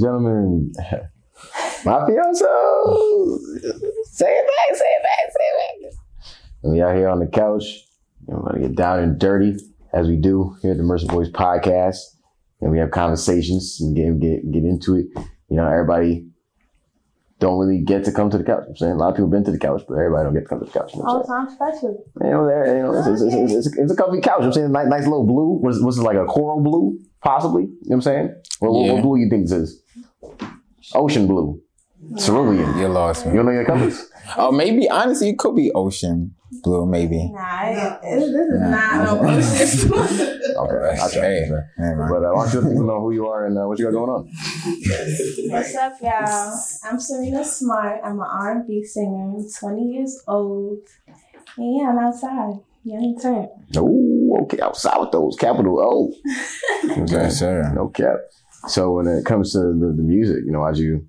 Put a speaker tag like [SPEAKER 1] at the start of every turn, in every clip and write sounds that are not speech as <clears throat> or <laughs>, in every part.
[SPEAKER 1] gentlemen, <laughs> my fiance. Say it back, say it back, say it back. And we out here on the couch. And we're gonna get down and dirty as we do here at the Mercer Boys podcast. And we have conversations and get get get into it. You know, everybody don't really get to come to the couch. I'm saying a lot of people been to the couch, but everybody don't get to come to the couch. You know what I'm
[SPEAKER 2] All time special.
[SPEAKER 1] you know, there, you know, it's, it's, it's, it's, it's a comfy couch. You know what I'm saying nice, nice little blue. Was was it like a coral blue, possibly? You know what I'm saying? What, what, what
[SPEAKER 3] Yeah.
[SPEAKER 1] blue you think this is? Ocean blue, cerulean.
[SPEAKER 3] You lost
[SPEAKER 1] You
[SPEAKER 3] me.
[SPEAKER 1] don't know your colors?
[SPEAKER 3] <laughs> Oh, maybe honestly, it could be ocean blue. Maybe.
[SPEAKER 2] Nah, it- this this is
[SPEAKER 1] <laughs>
[SPEAKER 3] Nah.
[SPEAKER 2] not no <laughs> bullshit.
[SPEAKER 1] Okay, I'll try.
[SPEAKER 3] Hey.
[SPEAKER 1] But
[SPEAKER 3] Never
[SPEAKER 1] uh,
[SPEAKER 3] mind.
[SPEAKER 1] I want you to know who you are and uh, what you got going on.
[SPEAKER 2] What's up, y'all? I'm Serena Smart. I'm an R&B singer. I'm 20 years old. And yeah, I'm outside. Young turn.
[SPEAKER 1] Oh, okay, outside with those capital O.
[SPEAKER 3] Yes, sir.
[SPEAKER 1] No cap. So when it comes to the, the music, you know, how'd you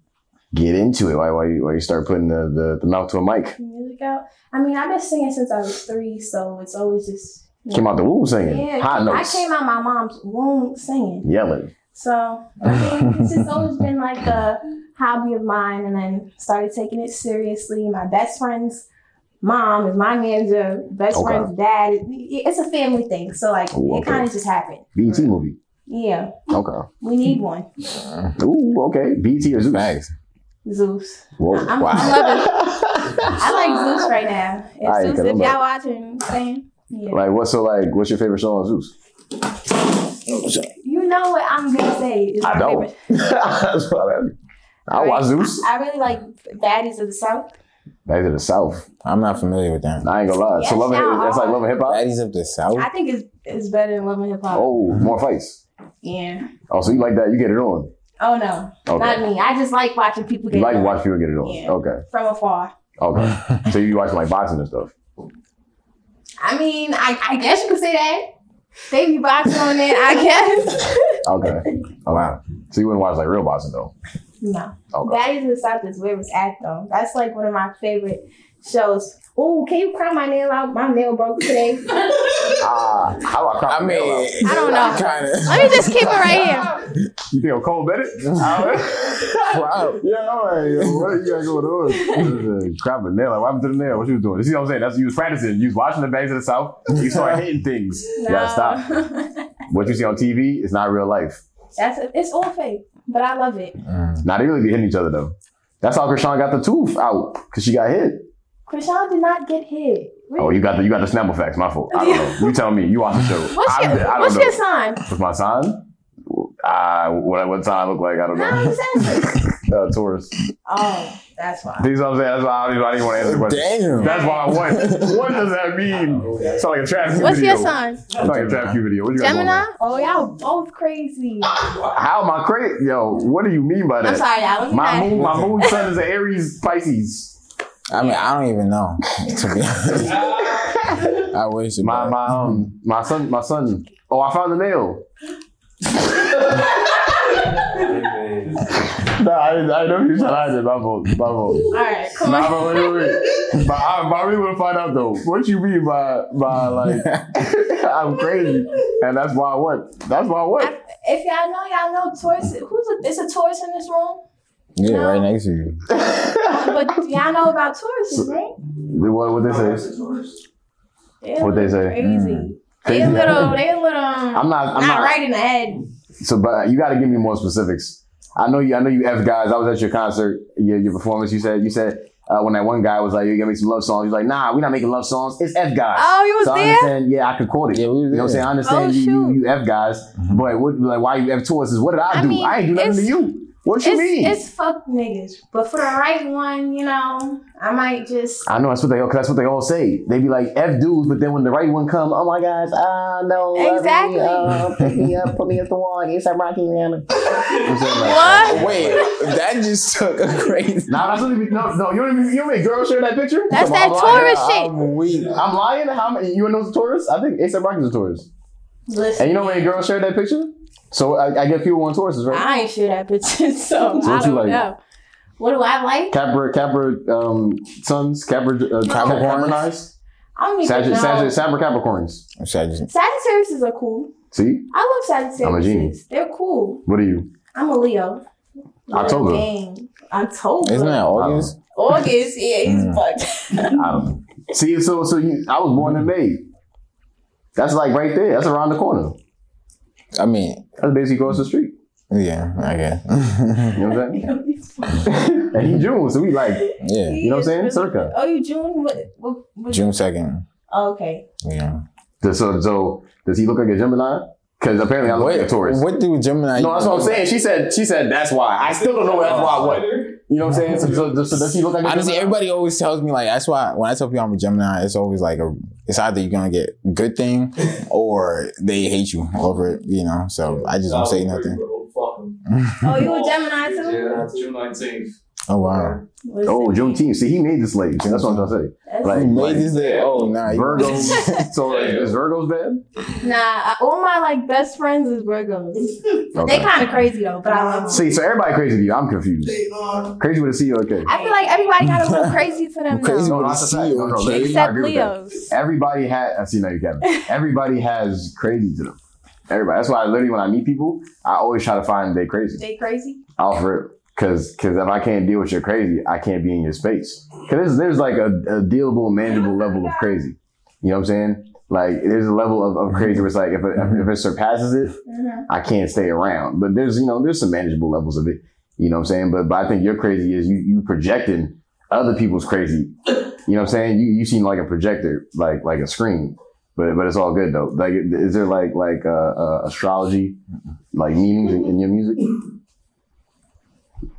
[SPEAKER 1] get into it? Why why you, why you start putting the, the, the mouth to a mic?
[SPEAKER 2] Music out. I mean, I've been singing since I was three, so it's always just. you
[SPEAKER 1] Came
[SPEAKER 2] know.
[SPEAKER 1] out the womb singing,
[SPEAKER 2] Yeah,
[SPEAKER 1] high notes,
[SPEAKER 2] I came out my mom's womb singing.
[SPEAKER 1] yelling.
[SPEAKER 2] So
[SPEAKER 1] <laughs>
[SPEAKER 2] I mean, it's just always been like a hobby of mine, and then started taking it seriously. My best friend's mom is my manager. Best
[SPEAKER 1] Okay.
[SPEAKER 2] friend's dad. it- It's a family thing, so like
[SPEAKER 1] Oh,
[SPEAKER 2] it
[SPEAKER 1] okay.
[SPEAKER 2] kind of just happened.
[SPEAKER 1] BET movie.
[SPEAKER 2] Yeah,
[SPEAKER 1] Okay.
[SPEAKER 2] we need one.
[SPEAKER 1] Ooh, okay. BT or Zeus?
[SPEAKER 3] Facts.
[SPEAKER 2] Zeus.
[SPEAKER 1] Whoa.
[SPEAKER 2] I'm,
[SPEAKER 3] Wow.
[SPEAKER 2] I'm loving. I like Zeus right
[SPEAKER 1] <laughs>
[SPEAKER 2] now. If,
[SPEAKER 1] All right,
[SPEAKER 2] Zeus,
[SPEAKER 1] good,
[SPEAKER 2] if
[SPEAKER 1] I'm
[SPEAKER 2] y'all watching, same. Yeah.
[SPEAKER 1] Like what's so like what's your favorite song on Zeus? <laughs>
[SPEAKER 2] You know what I'm gonna say. Is
[SPEAKER 1] I
[SPEAKER 2] my
[SPEAKER 1] don't.
[SPEAKER 2] favorite.
[SPEAKER 1] That's what I mean. I watch Zeus.
[SPEAKER 2] I really like Baddies of the South.
[SPEAKER 1] Back to the South.
[SPEAKER 3] I'm not familiar with them.
[SPEAKER 1] I ain't gonna lie. So
[SPEAKER 2] Yes,
[SPEAKER 1] love and,
[SPEAKER 2] y'all
[SPEAKER 1] that's like
[SPEAKER 2] are.
[SPEAKER 1] love and hip hop.
[SPEAKER 3] Baddies of the South.
[SPEAKER 2] I think it's it's better than Love and Hip Hop.
[SPEAKER 1] Oh, more fights.
[SPEAKER 2] Yeah.
[SPEAKER 1] Oh, so you like that? You get it on.
[SPEAKER 2] Oh no, not
[SPEAKER 1] Okay.
[SPEAKER 2] me. I just like watching people
[SPEAKER 1] You
[SPEAKER 2] get
[SPEAKER 1] like to
[SPEAKER 2] it
[SPEAKER 1] watch people get it on.
[SPEAKER 2] Yeah.
[SPEAKER 1] Okay.
[SPEAKER 2] from afar.
[SPEAKER 3] <laughs>
[SPEAKER 1] Okay. so you watch like boxing and stuff.
[SPEAKER 2] I mean, I, I guess you could say that. They be boxing on it, I guess. <laughs>
[SPEAKER 1] Okay. Wow. So you wouldn't watch like real boxing though.
[SPEAKER 2] no.
[SPEAKER 1] Okay.
[SPEAKER 2] That is the South is where it's at though. That's like one of my favorite shows. Ooh, can you cry my nail out? My nail broke today.
[SPEAKER 1] Ah, how about
[SPEAKER 3] I
[SPEAKER 1] Crocodile?
[SPEAKER 3] mean, <laughs>
[SPEAKER 2] I don't know.
[SPEAKER 3] Kind
[SPEAKER 2] Let me just keep it right here.
[SPEAKER 1] you think I'm cold <laughs> bedded?
[SPEAKER 3] Wow.
[SPEAKER 1] <laughs> Yeah, all right. Yo, what you got going on? <laughs> Crap, a nail. Like, what happened to the nail? What you was doing? You see what I'm saying? That's you was practicing. You was watching the bangs of the South. <laughs> You start hitting things.
[SPEAKER 2] No.
[SPEAKER 1] Yeah, stop. What you see on TV is not real life.
[SPEAKER 2] <laughs> That's it's all fake, but I love it.
[SPEAKER 3] of.
[SPEAKER 1] Now they really be hitting each other though. That's how Krishan got the tooth out because she got hit.
[SPEAKER 2] Krishan did not get hit.
[SPEAKER 1] Oh, you got the you got the snapple facts. My fault.
[SPEAKER 2] <laughs>
[SPEAKER 1] I don't know. You tell me. You watch the show.
[SPEAKER 2] What's
[SPEAKER 1] I'm-
[SPEAKER 2] your,
[SPEAKER 1] I don't
[SPEAKER 2] what's
[SPEAKER 1] know.
[SPEAKER 2] your sign?
[SPEAKER 1] What's my sign? Uh, what what sign I look like? I don't
[SPEAKER 2] No,
[SPEAKER 1] know.
[SPEAKER 2] you said it.
[SPEAKER 1] <laughs> Uh, Taurus.
[SPEAKER 2] Oh, that's why.
[SPEAKER 1] These what I'm saying. That's why I don't even, I didn't want to answer the question.
[SPEAKER 3] Damn.
[SPEAKER 1] That's why I won. What does that mean? It's like a traffic
[SPEAKER 4] What's
[SPEAKER 1] video.
[SPEAKER 4] your sign?
[SPEAKER 1] It's like a traffic video. What you got going
[SPEAKER 4] Gemini?
[SPEAKER 1] on?
[SPEAKER 2] Oh, y'all both crazy.
[SPEAKER 1] How am I crazy? Yo, what do you mean by
[SPEAKER 2] I'm
[SPEAKER 1] that?
[SPEAKER 2] sorry, y'all. Look
[SPEAKER 1] My
[SPEAKER 2] at that.
[SPEAKER 1] moon, my moon sun is an Aries Pisces.
[SPEAKER 3] I mean, I don't even know. <laughs> To be honest, <laughs> I wish. it
[SPEAKER 1] My
[SPEAKER 3] back.
[SPEAKER 1] my um my son my son. Oh, I found the nail. no, I didn't. I know you said I did. My fault. My fault.
[SPEAKER 4] <laughs>
[SPEAKER 2] All right, come
[SPEAKER 1] Nah,
[SPEAKER 2] on.
[SPEAKER 1] but wait, wait, wait. But I, but I really want to find out though. What you mean by by like <laughs> I'm crazy, and that's why I went. That's why I went.
[SPEAKER 2] If y'all know, y'all know Taurus. Who's a, it's a Taurus in this room?
[SPEAKER 3] Yeah, right next to you.
[SPEAKER 2] But y'all know about Tauruses, right?
[SPEAKER 1] What what this is?
[SPEAKER 2] They're
[SPEAKER 1] What they say? Mm.
[SPEAKER 2] Crazy. They
[SPEAKER 1] Crazy.
[SPEAKER 2] a little. They a little. Um,
[SPEAKER 1] I'm not.
[SPEAKER 2] not,
[SPEAKER 1] I'm not.
[SPEAKER 2] right in the head.
[SPEAKER 1] So, but you got to give me more specifics. I know you. I know you. F guys. I was at your concert. Your, your performance. You said. You said uh, when that one guy was like, "You gotta make some love songs." You're like, "Nah, we're not making love songs. It's F guys."
[SPEAKER 4] Oh, you was
[SPEAKER 1] so I
[SPEAKER 4] there?
[SPEAKER 1] understand. Yeah, I could quote it.
[SPEAKER 3] Yeah, we was
[SPEAKER 1] you know what I'm
[SPEAKER 3] there. Mm-hmm.
[SPEAKER 1] saying. I understand
[SPEAKER 4] Oh,
[SPEAKER 1] you, you.
[SPEAKER 4] shoot.
[SPEAKER 1] You F guys, but what, like, why you F towards is what did I,
[SPEAKER 4] I
[SPEAKER 1] do?
[SPEAKER 4] mean,
[SPEAKER 1] I ain't do nothing to
[SPEAKER 4] it's-
[SPEAKER 1] you. What you
[SPEAKER 2] It's,
[SPEAKER 1] mean?
[SPEAKER 2] it's fuck niggas. But for the right one, you know, I might just.
[SPEAKER 1] I know that's what they all. Cause that's what they all say. They be like F dudes, but then when the right one come, oh my gosh, ah no, love me,
[SPEAKER 2] Exactly.
[SPEAKER 1] uh, pick me up, put me up the wall, you start rocking Rihanna.
[SPEAKER 4] What?
[SPEAKER 3] Oh, Wait, that just took a crazy.
[SPEAKER 1] Nah, that's what they be, no, no, you don't even, you made girls share that picture.
[SPEAKER 4] That's
[SPEAKER 1] Come on, I'm
[SPEAKER 4] that
[SPEAKER 1] lying.
[SPEAKER 4] Taurus shit.
[SPEAKER 3] I'm weak.
[SPEAKER 1] I'm lying. How many? You know the Taurus? I think ASAP Rocky's a Taurus.
[SPEAKER 2] Listen,
[SPEAKER 1] And you know when girls shared that picture? So I, I get people on Tauruses,
[SPEAKER 4] Ah.
[SPEAKER 1] right?
[SPEAKER 2] I ain't sure that bitch. <laughs> So,
[SPEAKER 1] So
[SPEAKER 2] I
[SPEAKER 1] what you
[SPEAKER 2] don't
[SPEAKER 1] like?
[SPEAKER 2] know. What do I like?
[SPEAKER 1] Capra, Capra, um, sons, Capra, uh, Capra, Capricorns,
[SPEAKER 2] I don't even
[SPEAKER 1] Sagitt-
[SPEAKER 2] know.
[SPEAKER 1] Sagitt- Sabra Capricorns.
[SPEAKER 3] I'm sorry. Just,
[SPEAKER 2] Sagittarius are cool.
[SPEAKER 1] See,
[SPEAKER 2] I love Sagittarius.
[SPEAKER 1] I'm a genie.
[SPEAKER 2] They're cool.
[SPEAKER 1] what are you?
[SPEAKER 2] I'm a Leo.
[SPEAKER 1] October.
[SPEAKER 2] Dang. October.
[SPEAKER 3] Isn't that August?
[SPEAKER 2] August? Yeah, he's
[SPEAKER 3] Mm.
[SPEAKER 2] fucked.
[SPEAKER 1] I don't see. So, so you, I was born in May. That's like right there. That's around the corner.
[SPEAKER 3] I mean,
[SPEAKER 1] That's basically across the street.
[SPEAKER 3] yeah, I guess. <laughs>
[SPEAKER 1] You know what I'm saying? and he June, so we like
[SPEAKER 3] yeah,
[SPEAKER 1] you know what I'm saying, circa.
[SPEAKER 2] <laughs> Oh, you June? What? what, what
[SPEAKER 3] June second.
[SPEAKER 2] Oh, okay.
[SPEAKER 3] Yeah.
[SPEAKER 1] So, so does he look like a Gemini? Because apparently I look like a Taurus.
[SPEAKER 3] What do Gemini?
[SPEAKER 1] No, that's what I'm saying. She said. She said that's why. I still don't know that's why. What? You know what I'm saying? So, so, so does he look like? a
[SPEAKER 3] Honestly,
[SPEAKER 1] Gemini?
[SPEAKER 3] everybody always tells me like that's why when I tell people I'm a Gemini, it's always like a, it's either you're gonna get good
[SPEAKER 1] <laughs>
[SPEAKER 3] thing or they hate you over it, you know. So I just don't say nothing.
[SPEAKER 2] Oh, you a Gemini too?
[SPEAKER 4] Yeah, it's June 19th.
[SPEAKER 3] Oh wow.
[SPEAKER 2] What's
[SPEAKER 1] Oh,
[SPEAKER 2] that?
[SPEAKER 1] Juneteenth. See, he made this late. That's what I'm trying to say.
[SPEAKER 2] That's-
[SPEAKER 1] Like,
[SPEAKER 3] You made this day. Oh nah. you- <laughs>
[SPEAKER 1] Virgo. <laughs> so is, is Virgo's bad?
[SPEAKER 2] Nah, I- all my like best friends is Virgos. They
[SPEAKER 1] Okay.
[SPEAKER 2] kind of crazy though, but I love them.
[SPEAKER 1] See, so everybody crazy to you. I'm confused. Crazy with a C or a K.
[SPEAKER 2] I feel like everybody got a little crazy to them
[SPEAKER 3] Crazy
[SPEAKER 1] No,
[SPEAKER 2] now.
[SPEAKER 3] with a
[SPEAKER 1] that's a
[SPEAKER 3] C
[SPEAKER 1] fact. No,
[SPEAKER 3] or
[SPEAKER 1] no,
[SPEAKER 3] a
[SPEAKER 1] that's-
[SPEAKER 3] K.
[SPEAKER 1] I
[SPEAKER 2] Except
[SPEAKER 1] agree with that.
[SPEAKER 2] Leos.
[SPEAKER 1] Everybody had. I see now you Kevin. Everybody has crazy to them. Everybody. That's why I literally when I meet people, I always try to find they crazy.
[SPEAKER 2] They crazy?
[SPEAKER 1] I'll rip. Cause, cause if I can't deal with your crazy, I can't be in your space. Cause there's, there's like a, a dealable, manageable level of crazy. You know what I'm saying? Like there's a level of, of crazy where it's like if it, if it surpasses it,
[SPEAKER 2] Mhm.
[SPEAKER 1] I can't stay around. But there's, you know, there's some manageable levels of it. You know what I'm saying? But but I think you're crazy is you you projecting other people's crazy. You know what I'm saying? You you seem like a projector, like like a screen. But but it's all good though. Like is there like like uh, uh astrology like meanings in, in your music?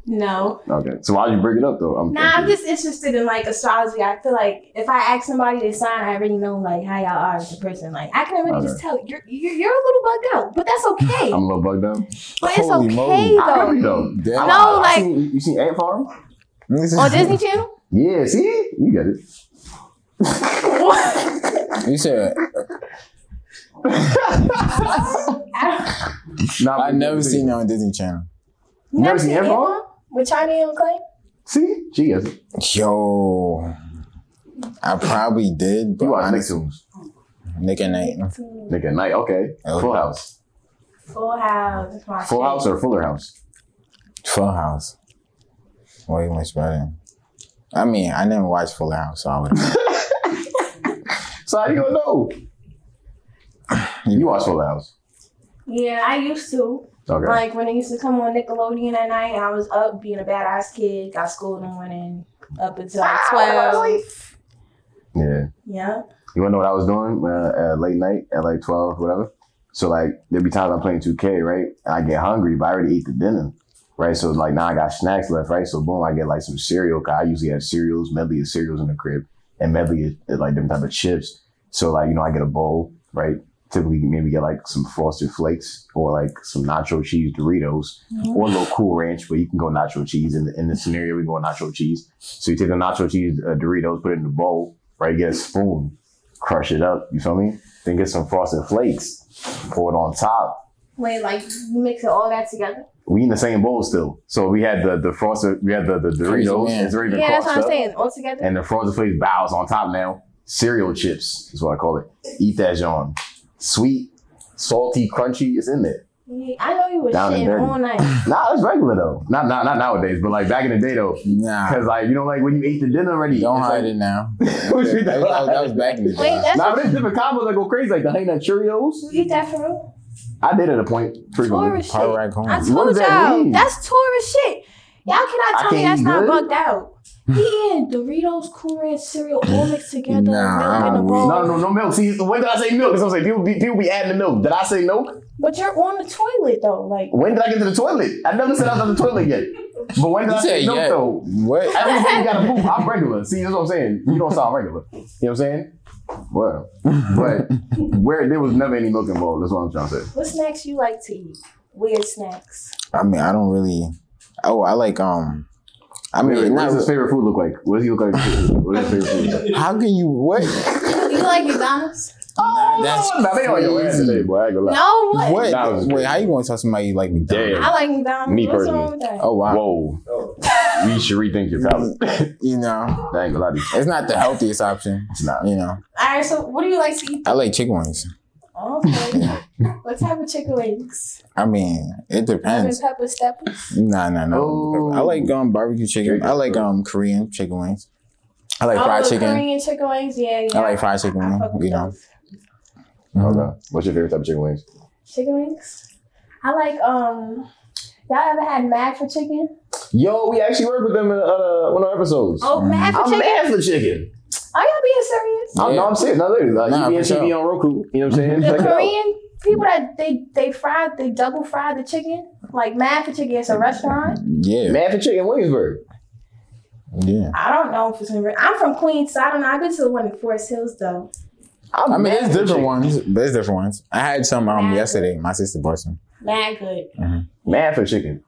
[SPEAKER 2] No.
[SPEAKER 1] Okay. So why would you bring it up though? I'm,
[SPEAKER 2] Nah, I'm just interested in like astrology. I feel like if I ask somebody their sign, I already know like how y'all are as a person. Like I can already just tell you're you're, you're a little bugged out, but that's
[SPEAKER 1] <laughs>
[SPEAKER 2] okay.
[SPEAKER 1] I'm a little bugged
[SPEAKER 2] <laughs>
[SPEAKER 1] out.
[SPEAKER 2] but it's
[SPEAKER 3] Holy
[SPEAKER 2] okay
[SPEAKER 3] moly.
[SPEAKER 1] I
[SPEAKER 2] though.
[SPEAKER 1] really though.
[SPEAKER 3] Damn.
[SPEAKER 1] I-
[SPEAKER 2] No,
[SPEAKER 1] I- I
[SPEAKER 2] like-
[SPEAKER 1] seen- you seen Ant Farm?
[SPEAKER 2] On Disney Channel?
[SPEAKER 1] Yeah. See, you get it.
[SPEAKER 2] What?
[SPEAKER 3] <laughs> You said
[SPEAKER 1] Nah,
[SPEAKER 3] I've
[SPEAKER 1] but-
[SPEAKER 3] never seen it on Disney Channel.
[SPEAKER 1] You <laughs> never seen Ant Farm?
[SPEAKER 2] With China and Clay?
[SPEAKER 1] See, she gets it.
[SPEAKER 3] Yo, I probably did, but
[SPEAKER 1] You watch
[SPEAKER 3] honestly,
[SPEAKER 1] Nicktoons.
[SPEAKER 3] Nick and Nate.
[SPEAKER 1] Nigga, night. Okay.
[SPEAKER 3] Okay.
[SPEAKER 1] Full House.
[SPEAKER 2] Full House. is my
[SPEAKER 1] Full House
[SPEAKER 2] shit.
[SPEAKER 1] or Fuller House?
[SPEAKER 3] Full House. Way much better. I mean, I never watched Full House, so I would.
[SPEAKER 1] <laughs> So how you gonna
[SPEAKER 3] <sighs>
[SPEAKER 1] know? You watch Full House.
[SPEAKER 2] Yeah, I used to.
[SPEAKER 1] Okay.
[SPEAKER 2] Like when it used to come on Nickelodeon at night, I was up being a badass kid, got school in the morning, up until like
[SPEAKER 1] Ah,
[SPEAKER 2] 12.
[SPEAKER 1] yeah.
[SPEAKER 2] Yeah.
[SPEAKER 1] You wanna know what I was doing uh, at late night at like 12, whatever? So like there'd be times I'm playing 2K, right? And I get hungry, but I already ate the dinner. Right, so like now I got snacks left, right? So boom, I get like some cereal. 'cause I usually have cereals, medley of cereals in the crib, and medley is, is, like different type of chips. So like you know, I get a bowl, right? Typically, maybe get like some Frosted Flakes or like some nacho cheese Doritos, or a little cool ranch, but you can go nacho cheese. In the, in the scenario, we go nacho cheese. So you take the nacho cheese uh, Doritos, put it in the bowl, right? Get a spoon, crush it up. You feel me? Then get some frosted flakes, pour it on top.
[SPEAKER 2] Wait, like you mix it all that together?
[SPEAKER 1] We in the same bowl still. So we had the the frosted, we had the, the Doritos.
[SPEAKER 3] man.
[SPEAKER 1] It's already been
[SPEAKER 2] yeah, that's
[SPEAKER 1] crossed
[SPEAKER 2] what I'm
[SPEAKER 1] up.
[SPEAKER 2] saying. All together?
[SPEAKER 1] And the frosted flakes bows on top now. Cereal chips is what I call it. Eat that, John. Sweet, salty, crunchy. It's in there.
[SPEAKER 2] Yeah, I know you were
[SPEAKER 1] Down and
[SPEAKER 2] shitting
[SPEAKER 1] dirty. <laughs>
[SPEAKER 2] all night.
[SPEAKER 1] Nah, it's regular though. Not not not nowadays, but like back in the day though.
[SPEAKER 3] Nah,
[SPEAKER 1] Because like you know, like when you ate the dinner already,
[SPEAKER 3] don't
[SPEAKER 1] it's
[SPEAKER 3] hide
[SPEAKER 1] like, <laughs>
[SPEAKER 3] it now.
[SPEAKER 1] What you
[SPEAKER 3] that, that was, that was
[SPEAKER 1] doing?
[SPEAKER 3] back in the day.
[SPEAKER 2] Wait, that's
[SPEAKER 1] Nah, but there's different combos that go crazy, like the honey nut Cheerios.
[SPEAKER 2] you eat that for real?
[SPEAKER 1] I did at a point frequently.
[SPEAKER 2] Tourist shit.
[SPEAKER 3] Power Raccoon.
[SPEAKER 2] I
[SPEAKER 1] What
[SPEAKER 2] told
[SPEAKER 1] does that
[SPEAKER 2] y'all
[SPEAKER 1] mean?
[SPEAKER 2] that's tourist shit. Y'all cannot
[SPEAKER 1] I
[SPEAKER 2] tell me
[SPEAKER 1] can't
[SPEAKER 2] that's
[SPEAKER 1] eat Hmm.
[SPEAKER 2] not
[SPEAKER 1] good?
[SPEAKER 2] bugged out. He eating Doritos, Cool Ranch cereal all mixed together,
[SPEAKER 3] Nah,
[SPEAKER 2] milk in a
[SPEAKER 3] I'm
[SPEAKER 2] bowl.
[SPEAKER 3] weak.
[SPEAKER 1] No, no, no milk. See, when did I say milk? Because I'm saying people be, people be adding the milk. Did I say milk?
[SPEAKER 2] But you're on the toilet though, like
[SPEAKER 1] When did I get to the toilet? I never said I was on the toilet yet. But when did
[SPEAKER 3] You
[SPEAKER 1] I say
[SPEAKER 3] said
[SPEAKER 1] milk
[SPEAKER 3] yeah.
[SPEAKER 1] though?
[SPEAKER 3] What?
[SPEAKER 1] Every time you gotta poop, I'm regular. See, that's what I'm saying. You don't sound regular. You know what I'm saying? Well, but where there was never any milk involved. That's what I'm trying to say.
[SPEAKER 2] What snacks you like to eat? Weird snacks.
[SPEAKER 3] I mean, I don't really. Oh, I like um. I mean,
[SPEAKER 1] Wait, wait, what
[SPEAKER 3] not,
[SPEAKER 1] does his favorite food look like? What does he look like? What is his favorite food?
[SPEAKER 3] how can
[SPEAKER 1] <laughs>
[SPEAKER 3] you what?
[SPEAKER 2] You, you like McDonald's?
[SPEAKER 1] Oh,
[SPEAKER 3] That's
[SPEAKER 1] nah, they on your ass
[SPEAKER 3] crazy.
[SPEAKER 1] today, boy. I ain't gonna lie.
[SPEAKER 2] No, what?
[SPEAKER 3] What?
[SPEAKER 1] That was
[SPEAKER 3] Wait, how you gonna tell somebody you like McDonald's?
[SPEAKER 1] Damn.
[SPEAKER 2] I like McDonald's.
[SPEAKER 1] Me
[SPEAKER 2] What's wrong with that?
[SPEAKER 3] Oh wow.
[SPEAKER 1] Whoa. You should rethink your palate.
[SPEAKER 3] You know,
[SPEAKER 1] I ain't gonna lie to you.
[SPEAKER 3] it's not the healthiest option.
[SPEAKER 1] It's not.
[SPEAKER 3] You know,
[SPEAKER 2] All right, so what do you like to eat?
[SPEAKER 3] I like chicken wings.
[SPEAKER 2] Oh, Okay.
[SPEAKER 1] <laughs>
[SPEAKER 2] what type of chicken wings?
[SPEAKER 3] I mean, it
[SPEAKER 2] Lemon
[SPEAKER 3] depends.
[SPEAKER 2] pepper steppers.
[SPEAKER 3] Nah, nah, nah.
[SPEAKER 1] Oh.
[SPEAKER 3] I like um barbecue chicken.
[SPEAKER 1] Chicken.
[SPEAKER 3] I like um Korean chicken wings. I like
[SPEAKER 2] oh,
[SPEAKER 3] fried
[SPEAKER 2] the
[SPEAKER 3] chicken.
[SPEAKER 2] Korean chicken wings. Yeah, yeah.
[SPEAKER 3] I like fried chicken.
[SPEAKER 1] Mm-hmm.
[SPEAKER 2] I fuck with
[SPEAKER 3] You know.
[SPEAKER 2] those.
[SPEAKER 3] Mhm.
[SPEAKER 1] Okay. What's your favorite type of chicken wings?
[SPEAKER 2] Chicken wings. I like um. Y'all ever had mad for chicken?
[SPEAKER 1] Yo, we actually worked with them in uh, one of our episodes.
[SPEAKER 2] Oh, mad for
[SPEAKER 1] I'm
[SPEAKER 2] chicken.
[SPEAKER 1] mad for chicken.
[SPEAKER 2] Are y'all being serious?
[SPEAKER 1] I'm, no, I'm serious. Not literally. Like,
[SPEAKER 3] Nah,
[SPEAKER 1] you be on
[SPEAKER 3] for
[SPEAKER 1] TV
[SPEAKER 3] sure.
[SPEAKER 1] on Roku. You know what I'm
[SPEAKER 2] <laughs>
[SPEAKER 1] saying?
[SPEAKER 2] The
[SPEAKER 1] Check it out.
[SPEAKER 2] Korean people that they they fried they double fried the chicken like mad for chicken. It's a restaurant.
[SPEAKER 3] Yeah,
[SPEAKER 1] Mad for chicken Williamsburg.
[SPEAKER 3] yeah.
[SPEAKER 2] I don't know for some reason. I'm from Queens, so I don't know. I've been to the one in Forest Hills though.
[SPEAKER 1] I'm
[SPEAKER 3] I mean,
[SPEAKER 1] mad
[SPEAKER 3] there's
[SPEAKER 1] for
[SPEAKER 3] different
[SPEAKER 1] chicken.
[SPEAKER 3] ones. There's different ones. I had some um
[SPEAKER 2] Yeah.
[SPEAKER 3] yesterday. My sister bought some.
[SPEAKER 2] Mad good.
[SPEAKER 1] Mad for chicken.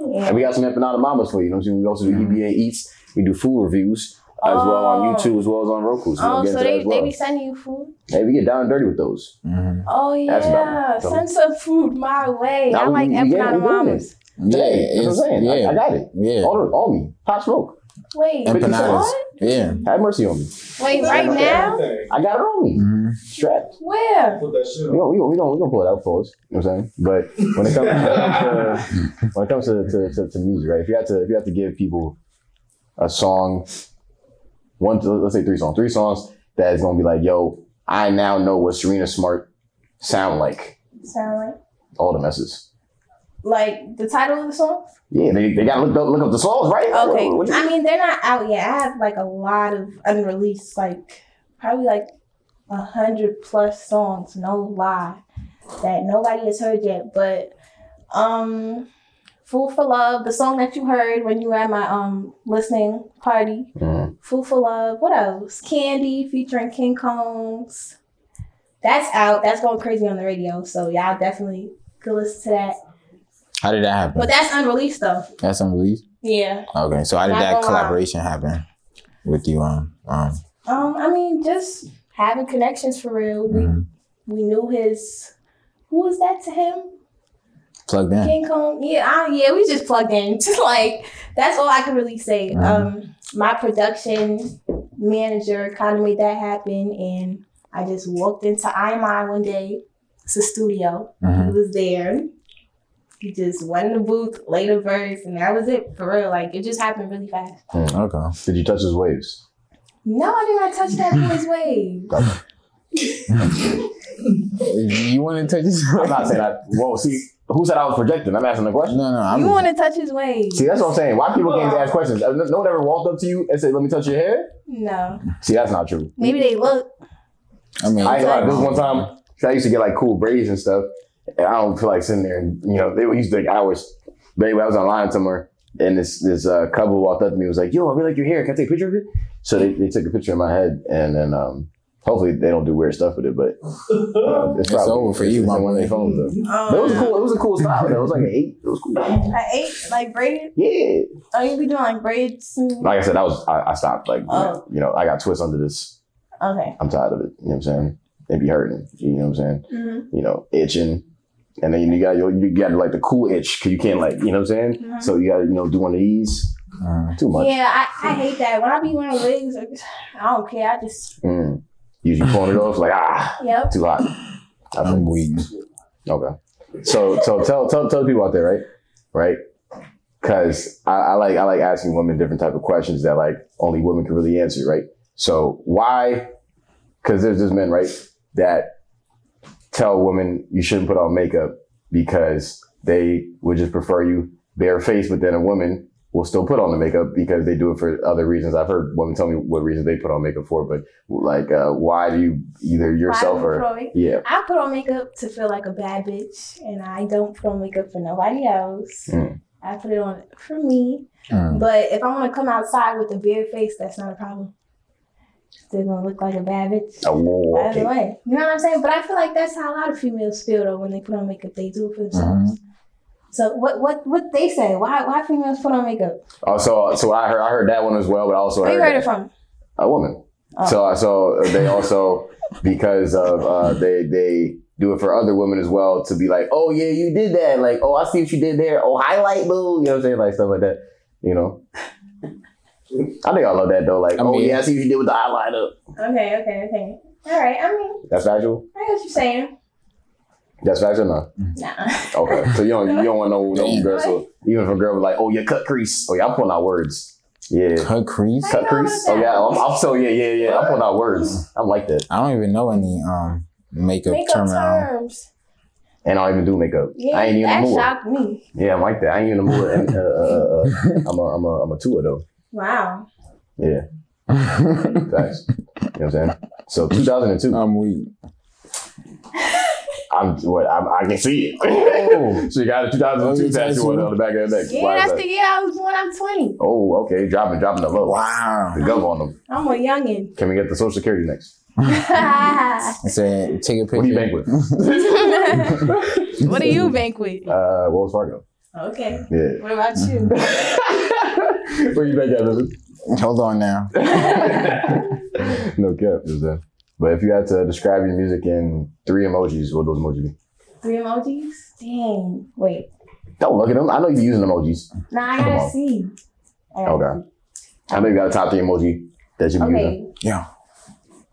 [SPEAKER 2] Yeah.
[SPEAKER 1] And we got some empanada mamas for you. You know what I'm saying? We also do
[SPEAKER 3] Mm-hmm.
[SPEAKER 1] EBA Eats. We do food reviews as well on
[SPEAKER 2] Oh.
[SPEAKER 1] YouTube as well as on Roku. So we'll
[SPEAKER 2] Oh,
[SPEAKER 1] get into
[SPEAKER 2] so
[SPEAKER 1] that
[SPEAKER 2] they,
[SPEAKER 1] as well.
[SPEAKER 2] they be sending you food?
[SPEAKER 1] Hey, we get down and dirty with those.
[SPEAKER 3] hmm
[SPEAKER 2] Oh
[SPEAKER 1] That's
[SPEAKER 2] yeah,
[SPEAKER 1] about-
[SPEAKER 2] send some food my way.
[SPEAKER 1] Nah,
[SPEAKER 2] I
[SPEAKER 1] we-
[SPEAKER 2] like
[SPEAKER 1] we- we getting-
[SPEAKER 2] empanada
[SPEAKER 1] we doing
[SPEAKER 2] mamas.
[SPEAKER 3] Yeah,
[SPEAKER 1] Hey, that's
[SPEAKER 3] it's-
[SPEAKER 1] what I'm saying. I-
[SPEAKER 3] yeah,
[SPEAKER 1] I, got it. Oh.
[SPEAKER 3] yeah,
[SPEAKER 1] On, on me. Pop smoke.
[SPEAKER 2] Wait,
[SPEAKER 1] Empanadas.
[SPEAKER 3] empanadas.
[SPEAKER 2] what?
[SPEAKER 3] Yeah.
[SPEAKER 1] Have mercy on me.
[SPEAKER 2] Wait, right now?
[SPEAKER 1] I got it on me.
[SPEAKER 3] hmm
[SPEAKER 1] Strapped.
[SPEAKER 2] Where?
[SPEAKER 4] Put that
[SPEAKER 3] <laughs>
[SPEAKER 4] shit
[SPEAKER 1] We
[SPEAKER 4] on.
[SPEAKER 1] don't, we don't, we don't, we don't pull it out for us. You know what I'm saying? But when it comes to, <laughs> when it comes to, to, to, to music, right? If you have to if you have to give people a song, one to, let's say three songs, three songs that is gonna be like, yo, I now know what Serena Smart sound like.
[SPEAKER 2] Sound like
[SPEAKER 1] All the messes.
[SPEAKER 2] like the title of the song?
[SPEAKER 1] Yeah, they, they gotta look up, look up the songs, right?
[SPEAKER 2] Okay,
[SPEAKER 1] What- what you-
[SPEAKER 2] I mean they're not out yet. I have like a lot of unreleased, like probably like a hundred plus songs, no lie, that nobody has heard yet. But um, "Fool for Love," the song that you heard when you were at my um listening party,
[SPEAKER 1] Mhm.
[SPEAKER 2] Fool for Love. What else? Candy featuring King Combs. That's out. That's going crazy on the radio. So y'all definitely could listen to that.
[SPEAKER 3] How did that happen?
[SPEAKER 2] But that's unreleased though.
[SPEAKER 3] That's unreleased.
[SPEAKER 2] Yeah.
[SPEAKER 3] Okay, so how did
[SPEAKER 2] Not
[SPEAKER 3] that
[SPEAKER 2] gonna lie.
[SPEAKER 3] collaboration happen with you? Um, um,
[SPEAKER 2] Um, I mean, just having connections for real. We
[SPEAKER 3] mhm.
[SPEAKER 2] we knew his. Who was that to him?
[SPEAKER 3] plugged in.
[SPEAKER 2] King Kong. Yeah, I, yeah. We just plugged in. <laughs> Just like that's all I can really say.
[SPEAKER 3] Mhm.
[SPEAKER 2] Um, my production manager kind of made that happen, and I just walked into IMI one day. It's a studio.
[SPEAKER 3] hmm
[SPEAKER 2] He was there. He just went in the booth, laid a verse, and that was it for real. Like it just happened really fast.
[SPEAKER 3] Okay.
[SPEAKER 1] Did you touch his waves?
[SPEAKER 2] No, I did not touch that <laughs> boy's wave.
[SPEAKER 3] You want to touch this?
[SPEAKER 1] I'm not saying I whoa, see who said I was projecting? I'm asking the question.
[SPEAKER 3] No, no. I'm,
[SPEAKER 2] You want to touch his wave?
[SPEAKER 1] See, that's what I'm saying. Why people can't ask questions? Uh, No no one ever walked up to you and said, "Let me touch your hair."
[SPEAKER 2] No,
[SPEAKER 1] See, that's not true.
[SPEAKER 2] maybe they look.
[SPEAKER 3] I mean,
[SPEAKER 1] I ain't gonna lie. This one time, 'cause I used to get like cool braids and stuff, and I don't feel like sitting there and you know they used to like hours. But anyway, I was online somewhere, and this this uh, couple walked up to me and was like, "Yo, I really like your hair. Can I take a picture of it?" So they, they took a picture of my head, and then um, hopefully they don't do weird stuff with it. But uh, it's,
[SPEAKER 3] It's
[SPEAKER 1] probably,
[SPEAKER 3] over for you,
[SPEAKER 1] it's
[SPEAKER 3] my
[SPEAKER 1] in one of their
[SPEAKER 3] boy.
[SPEAKER 1] phones, though. But it was a
[SPEAKER 2] Um,
[SPEAKER 1] cool. It was a cool style. Though. It was like an eight. It was cool.
[SPEAKER 2] I ate like braided.
[SPEAKER 1] Yeah.
[SPEAKER 2] Oh, you be doing like braids? and-
[SPEAKER 1] Like I said, that was I, I stopped. Like
[SPEAKER 2] Oh.
[SPEAKER 1] you know, I got twists under this.
[SPEAKER 2] Okay.
[SPEAKER 1] I'm tired of it. You know what I'm saying? It be hurting. You know what I'm saying?
[SPEAKER 2] Mhm.
[SPEAKER 1] you know, itching. And then you got your, you got like the cool itch because you can't like, you know what I'm saying?
[SPEAKER 2] Mhm.
[SPEAKER 1] So you got to, you know, do one of these.
[SPEAKER 3] Mm.
[SPEAKER 1] Too much.
[SPEAKER 2] Yeah, I, I hate that. When I be wearing wigs, I don't care. I just
[SPEAKER 1] Mm. Usually pulling it off like, ah,
[SPEAKER 2] yep.
[SPEAKER 1] too hot. I was
[SPEAKER 3] I'm
[SPEAKER 1] like,
[SPEAKER 3] weak.
[SPEAKER 1] okay. So, so tell, tell, tell the people out there, right? Right. Cause I, I like, I like asking women different type of questions that like only women can really answer. Right. So why? Cause there's just men, right? That tell women you shouldn't put on makeup because they would just prefer you barefaced, but then a woman will still put on the makeup because they do it for other reasons. I've heard women tell me what reasons they put on makeup for, but like, uh, why do you either yourself
[SPEAKER 2] Why I
[SPEAKER 1] or
[SPEAKER 2] put on makeup?
[SPEAKER 1] yeah,
[SPEAKER 2] I put on makeup to feel like a bad bitch, and I don't put on makeup for nobody else.
[SPEAKER 1] Mm.
[SPEAKER 2] I put it on for me.
[SPEAKER 3] Mm.
[SPEAKER 2] But if I want to come outside with a bare face, that's not a problem. Still gonna look like a bad bitch.
[SPEAKER 1] a war.
[SPEAKER 2] Either way, you know what I'm saying. But I feel like that's how a lot of females feel though when they put on makeup. They do it for
[SPEAKER 1] Mm-hmm.
[SPEAKER 2] themselves. So what what what they say? Why why females put on makeup?
[SPEAKER 1] Oh, so so I heard I heard that one as well, but I also
[SPEAKER 2] Where
[SPEAKER 1] heard,
[SPEAKER 2] you heard it from?
[SPEAKER 1] a woman.
[SPEAKER 2] Oh.
[SPEAKER 1] So uh, so they also because of uh, they they do it for other women as well to be like, oh yeah, you did that. Like, oh, I see what you did there. Oh, highlight boo. You know what I'm saying? Like stuff like that. You know.
[SPEAKER 2] <laughs>
[SPEAKER 1] I think I love that though. Like,
[SPEAKER 3] I
[SPEAKER 1] oh
[SPEAKER 3] mean-
[SPEAKER 1] yeah, I see what you did with the eyeliner.
[SPEAKER 2] Okay, okay, okay. All right. I mean,
[SPEAKER 1] That's factual.
[SPEAKER 2] I know what you're saying.
[SPEAKER 1] That's facts or not?
[SPEAKER 2] Nah.
[SPEAKER 1] Okay. So you don't you don't want no no
[SPEAKER 2] <laughs>
[SPEAKER 3] Damn.
[SPEAKER 1] girl. So even if a girl be like, oh yeah, cut crease. Oh yeah, I'm pulling out words. Yeah.
[SPEAKER 3] Cut crease.
[SPEAKER 1] Cut crease. Oh yeah, I'm, I'm so yeah yeah yeah. I'm pulling out words. I like that.
[SPEAKER 3] I don't even know any um makeup,
[SPEAKER 2] Makeup
[SPEAKER 3] terminology.
[SPEAKER 2] terms.
[SPEAKER 1] And I don't even do makeup.
[SPEAKER 2] Yeah,
[SPEAKER 1] I ain't even
[SPEAKER 2] that
[SPEAKER 1] a mood.
[SPEAKER 2] shocked me.
[SPEAKER 1] Yeah, I'm like that. I ain't even a mood. And, uh, uh, uh, I'm a I'm a I'm a tour though.
[SPEAKER 2] Wow.
[SPEAKER 1] Yeah. Facts. You know what I'm saying? So <laughs> 2002.
[SPEAKER 3] I'm weak.
[SPEAKER 1] I'm what I'm, I can see it.
[SPEAKER 3] Oh,
[SPEAKER 1] <laughs> so you got a
[SPEAKER 3] Oh,
[SPEAKER 1] 2002
[SPEAKER 3] you
[SPEAKER 1] tattoo on,
[SPEAKER 3] tattoo?
[SPEAKER 1] on the back of the neck.
[SPEAKER 2] Yeah,
[SPEAKER 1] Why is
[SPEAKER 2] that's
[SPEAKER 1] that?
[SPEAKER 2] the year I was born. I'm 20.
[SPEAKER 1] Oh, okay. Dropping dropping the low.
[SPEAKER 3] wow.
[SPEAKER 1] The gum on them.
[SPEAKER 2] I'm
[SPEAKER 1] <laughs>
[SPEAKER 2] a youngin.
[SPEAKER 1] Can we get the social security next?
[SPEAKER 3] I said, take a picture.
[SPEAKER 1] What do you bank with?
[SPEAKER 2] what do you bank with?
[SPEAKER 1] Uh, Wells Fargo.
[SPEAKER 2] Okay.
[SPEAKER 1] Yeah.
[SPEAKER 2] What about you?
[SPEAKER 1] <laughs> Where you bank at, Vivian?
[SPEAKER 3] <laughs> Hold on now.
[SPEAKER 1] no cap, is that? But if you had to describe your music in three emojis, what would those emojis be?
[SPEAKER 2] Three emojis? Dang. Wait.
[SPEAKER 1] Don't look at them. I know you're using emojis.
[SPEAKER 2] Nah, I
[SPEAKER 1] Come
[SPEAKER 2] gotta
[SPEAKER 1] on.
[SPEAKER 2] see. I gotta
[SPEAKER 1] Okay. I know you got a top three emoji that you
[SPEAKER 2] see.
[SPEAKER 1] be using.
[SPEAKER 2] Okay.
[SPEAKER 3] Yeah.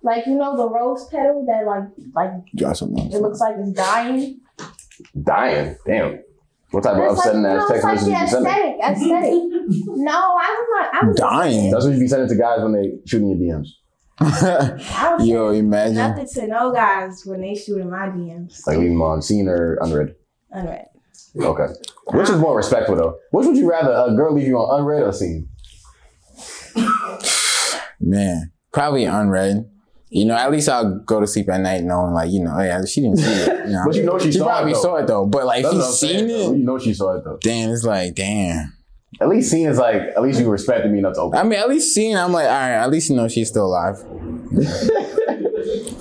[SPEAKER 2] Like you know the rose petal that like like
[SPEAKER 3] Drop something.
[SPEAKER 2] it looks like it's dying.
[SPEAKER 1] Dying. Damn. What type of
[SPEAKER 2] It's like,
[SPEAKER 1] upsetting
[SPEAKER 2] no,
[SPEAKER 1] ass
[SPEAKER 2] it's
[SPEAKER 1] text
[SPEAKER 2] like
[SPEAKER 1] messages
[SPEAKER 2] the
[SPEAKER 1] you sending?
[SPEAKER 2] aesthetic, aesthetic.
[SPEAKER 1] <laughs>
[SPEAKER 2] no, I was not. I was
[SPEAKER 3] Dying. <laughs>
[SPEAKER 1] That's what you be sending to guys when they shooting your DMs.
[SPEAKER 2] I was
[SPEAKER 3] Yo,
[SPEAKER 2] saying
[SPEAKER 3] imagine.
[SPEAKER 2] nothing to no guys when they shoot in my DMs.
[SPEAKER 1] Like leave them on scene or unread.
[SPEAKER 2] Unread.
[SPEAKER 1] Okay. Which is more respectful though? Which would you rather a girl leave you on unread or seen?
[SPEAKER 3] Man, probably unread. You know, at least I'll go to sleep at night knowing, like, you know, yeah, she didn't see it. You know?
[SPEAKER 1] <laughs> But you know she
[SPEAKER 3] she
[SPEAKER 1] saw it,
[SPEAKER 3] probably
[SPEAKER 1] though.
[SPEAKER 3] saw it though. But like, if
[SPEAKER 1] That's
[SPEAKER 3] you
[SPEAKER 1] what I'm saying,
[SPEAKER 3] seen
[SPEAKER 1] though.
[SPEAKER 3] it,
[SPEAKER 1] You know she saw it though.
[SPEAKER 3] then it's like, damn.
[SPEAKER 1] At least seen is like at least you respected me enough to open.
[SPEAKER 3] I mean, at least seen. I'm like, all right. At least you know she's still alive.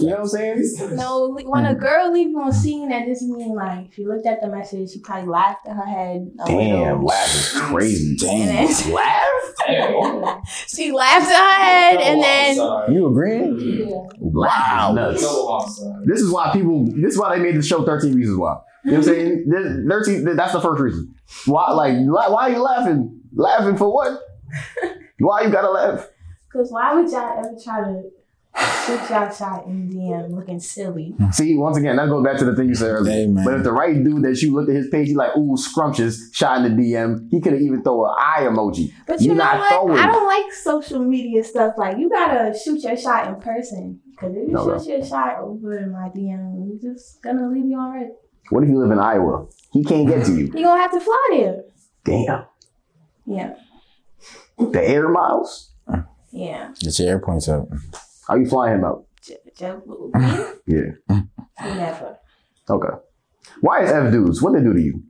[SPEAKER 1] You know what I'm saying?
[SPEAKER 2] No, li- when
[SPEAKER 1] Mm.
[SPEAKER 2] a girl leaves on scene, that just mean like she looked at the message, she probably laughed in her head. A
[SPEAKER 1] Damn,
[SPEAKER 2] little.
[SPEAKER 1] laugh is crazy.
[SPEAKER 3] Damn.
[SPEAKER 2] And <laughs> then she laughed in her head, and then
[SPEAKER 3] You agreeing?
[SPEAKER 1] Wow. Nuts. This is why people. This is why they made the show Thirteen Reasons Why. You know what I'm <laughs> saying? This- Thirteen. th- That's the first reason. Why? Like, la- why are you laughing? Laughing for what? Why you gotta laugh?
[SPEAKER 2] because why would y'all ever try to shoot y'all shot in DM looking silly?
[SPEAKER 1] See, once again, that goes back to the thing you said earlier.
[SPEAKER 3] Hey, man.
[SPEAKER 1] But if the right dude that you looked at his page, he like, ooh, scrumptious, shot in the DM. He could have even throw an eye emoji.
[SPEAKER 2] But you
[SPEAKER 1] You're
[SPEAKER 2] know
[SPEAKER 1] not
[SPEAKER 2] what?
[SPEAKER 1] throwing.
[SPEAKER 2] I don't like social media stuff. Like you gotta shoot your shot in person. Cause if you
[SPEAKER 1] No,
[SPEAKER 2] shoot your shot over in my DM, we just gonna leave you on red.
[SPEAKER 1] What if you live in Iowa? He can't get to you.
[SPEAKER 2] You gonna have to fly there.
[SPEAKER 1] <laughs> Damn.
[SPEAKER 2] Yeah,
[SPEAKER 1] The air miles?
[SPEAKER 2] yeah.
[SPEAKER 3] Get your airpoints up.
[SPEAKER 1] Are you flying him out?
[SPEAKER 2] J- j-
[SPEAKER 1] Yeah.
[SPEAKER 2] Never.
[SPEAKER 1] Okay. Why is F dudes? What they do to you?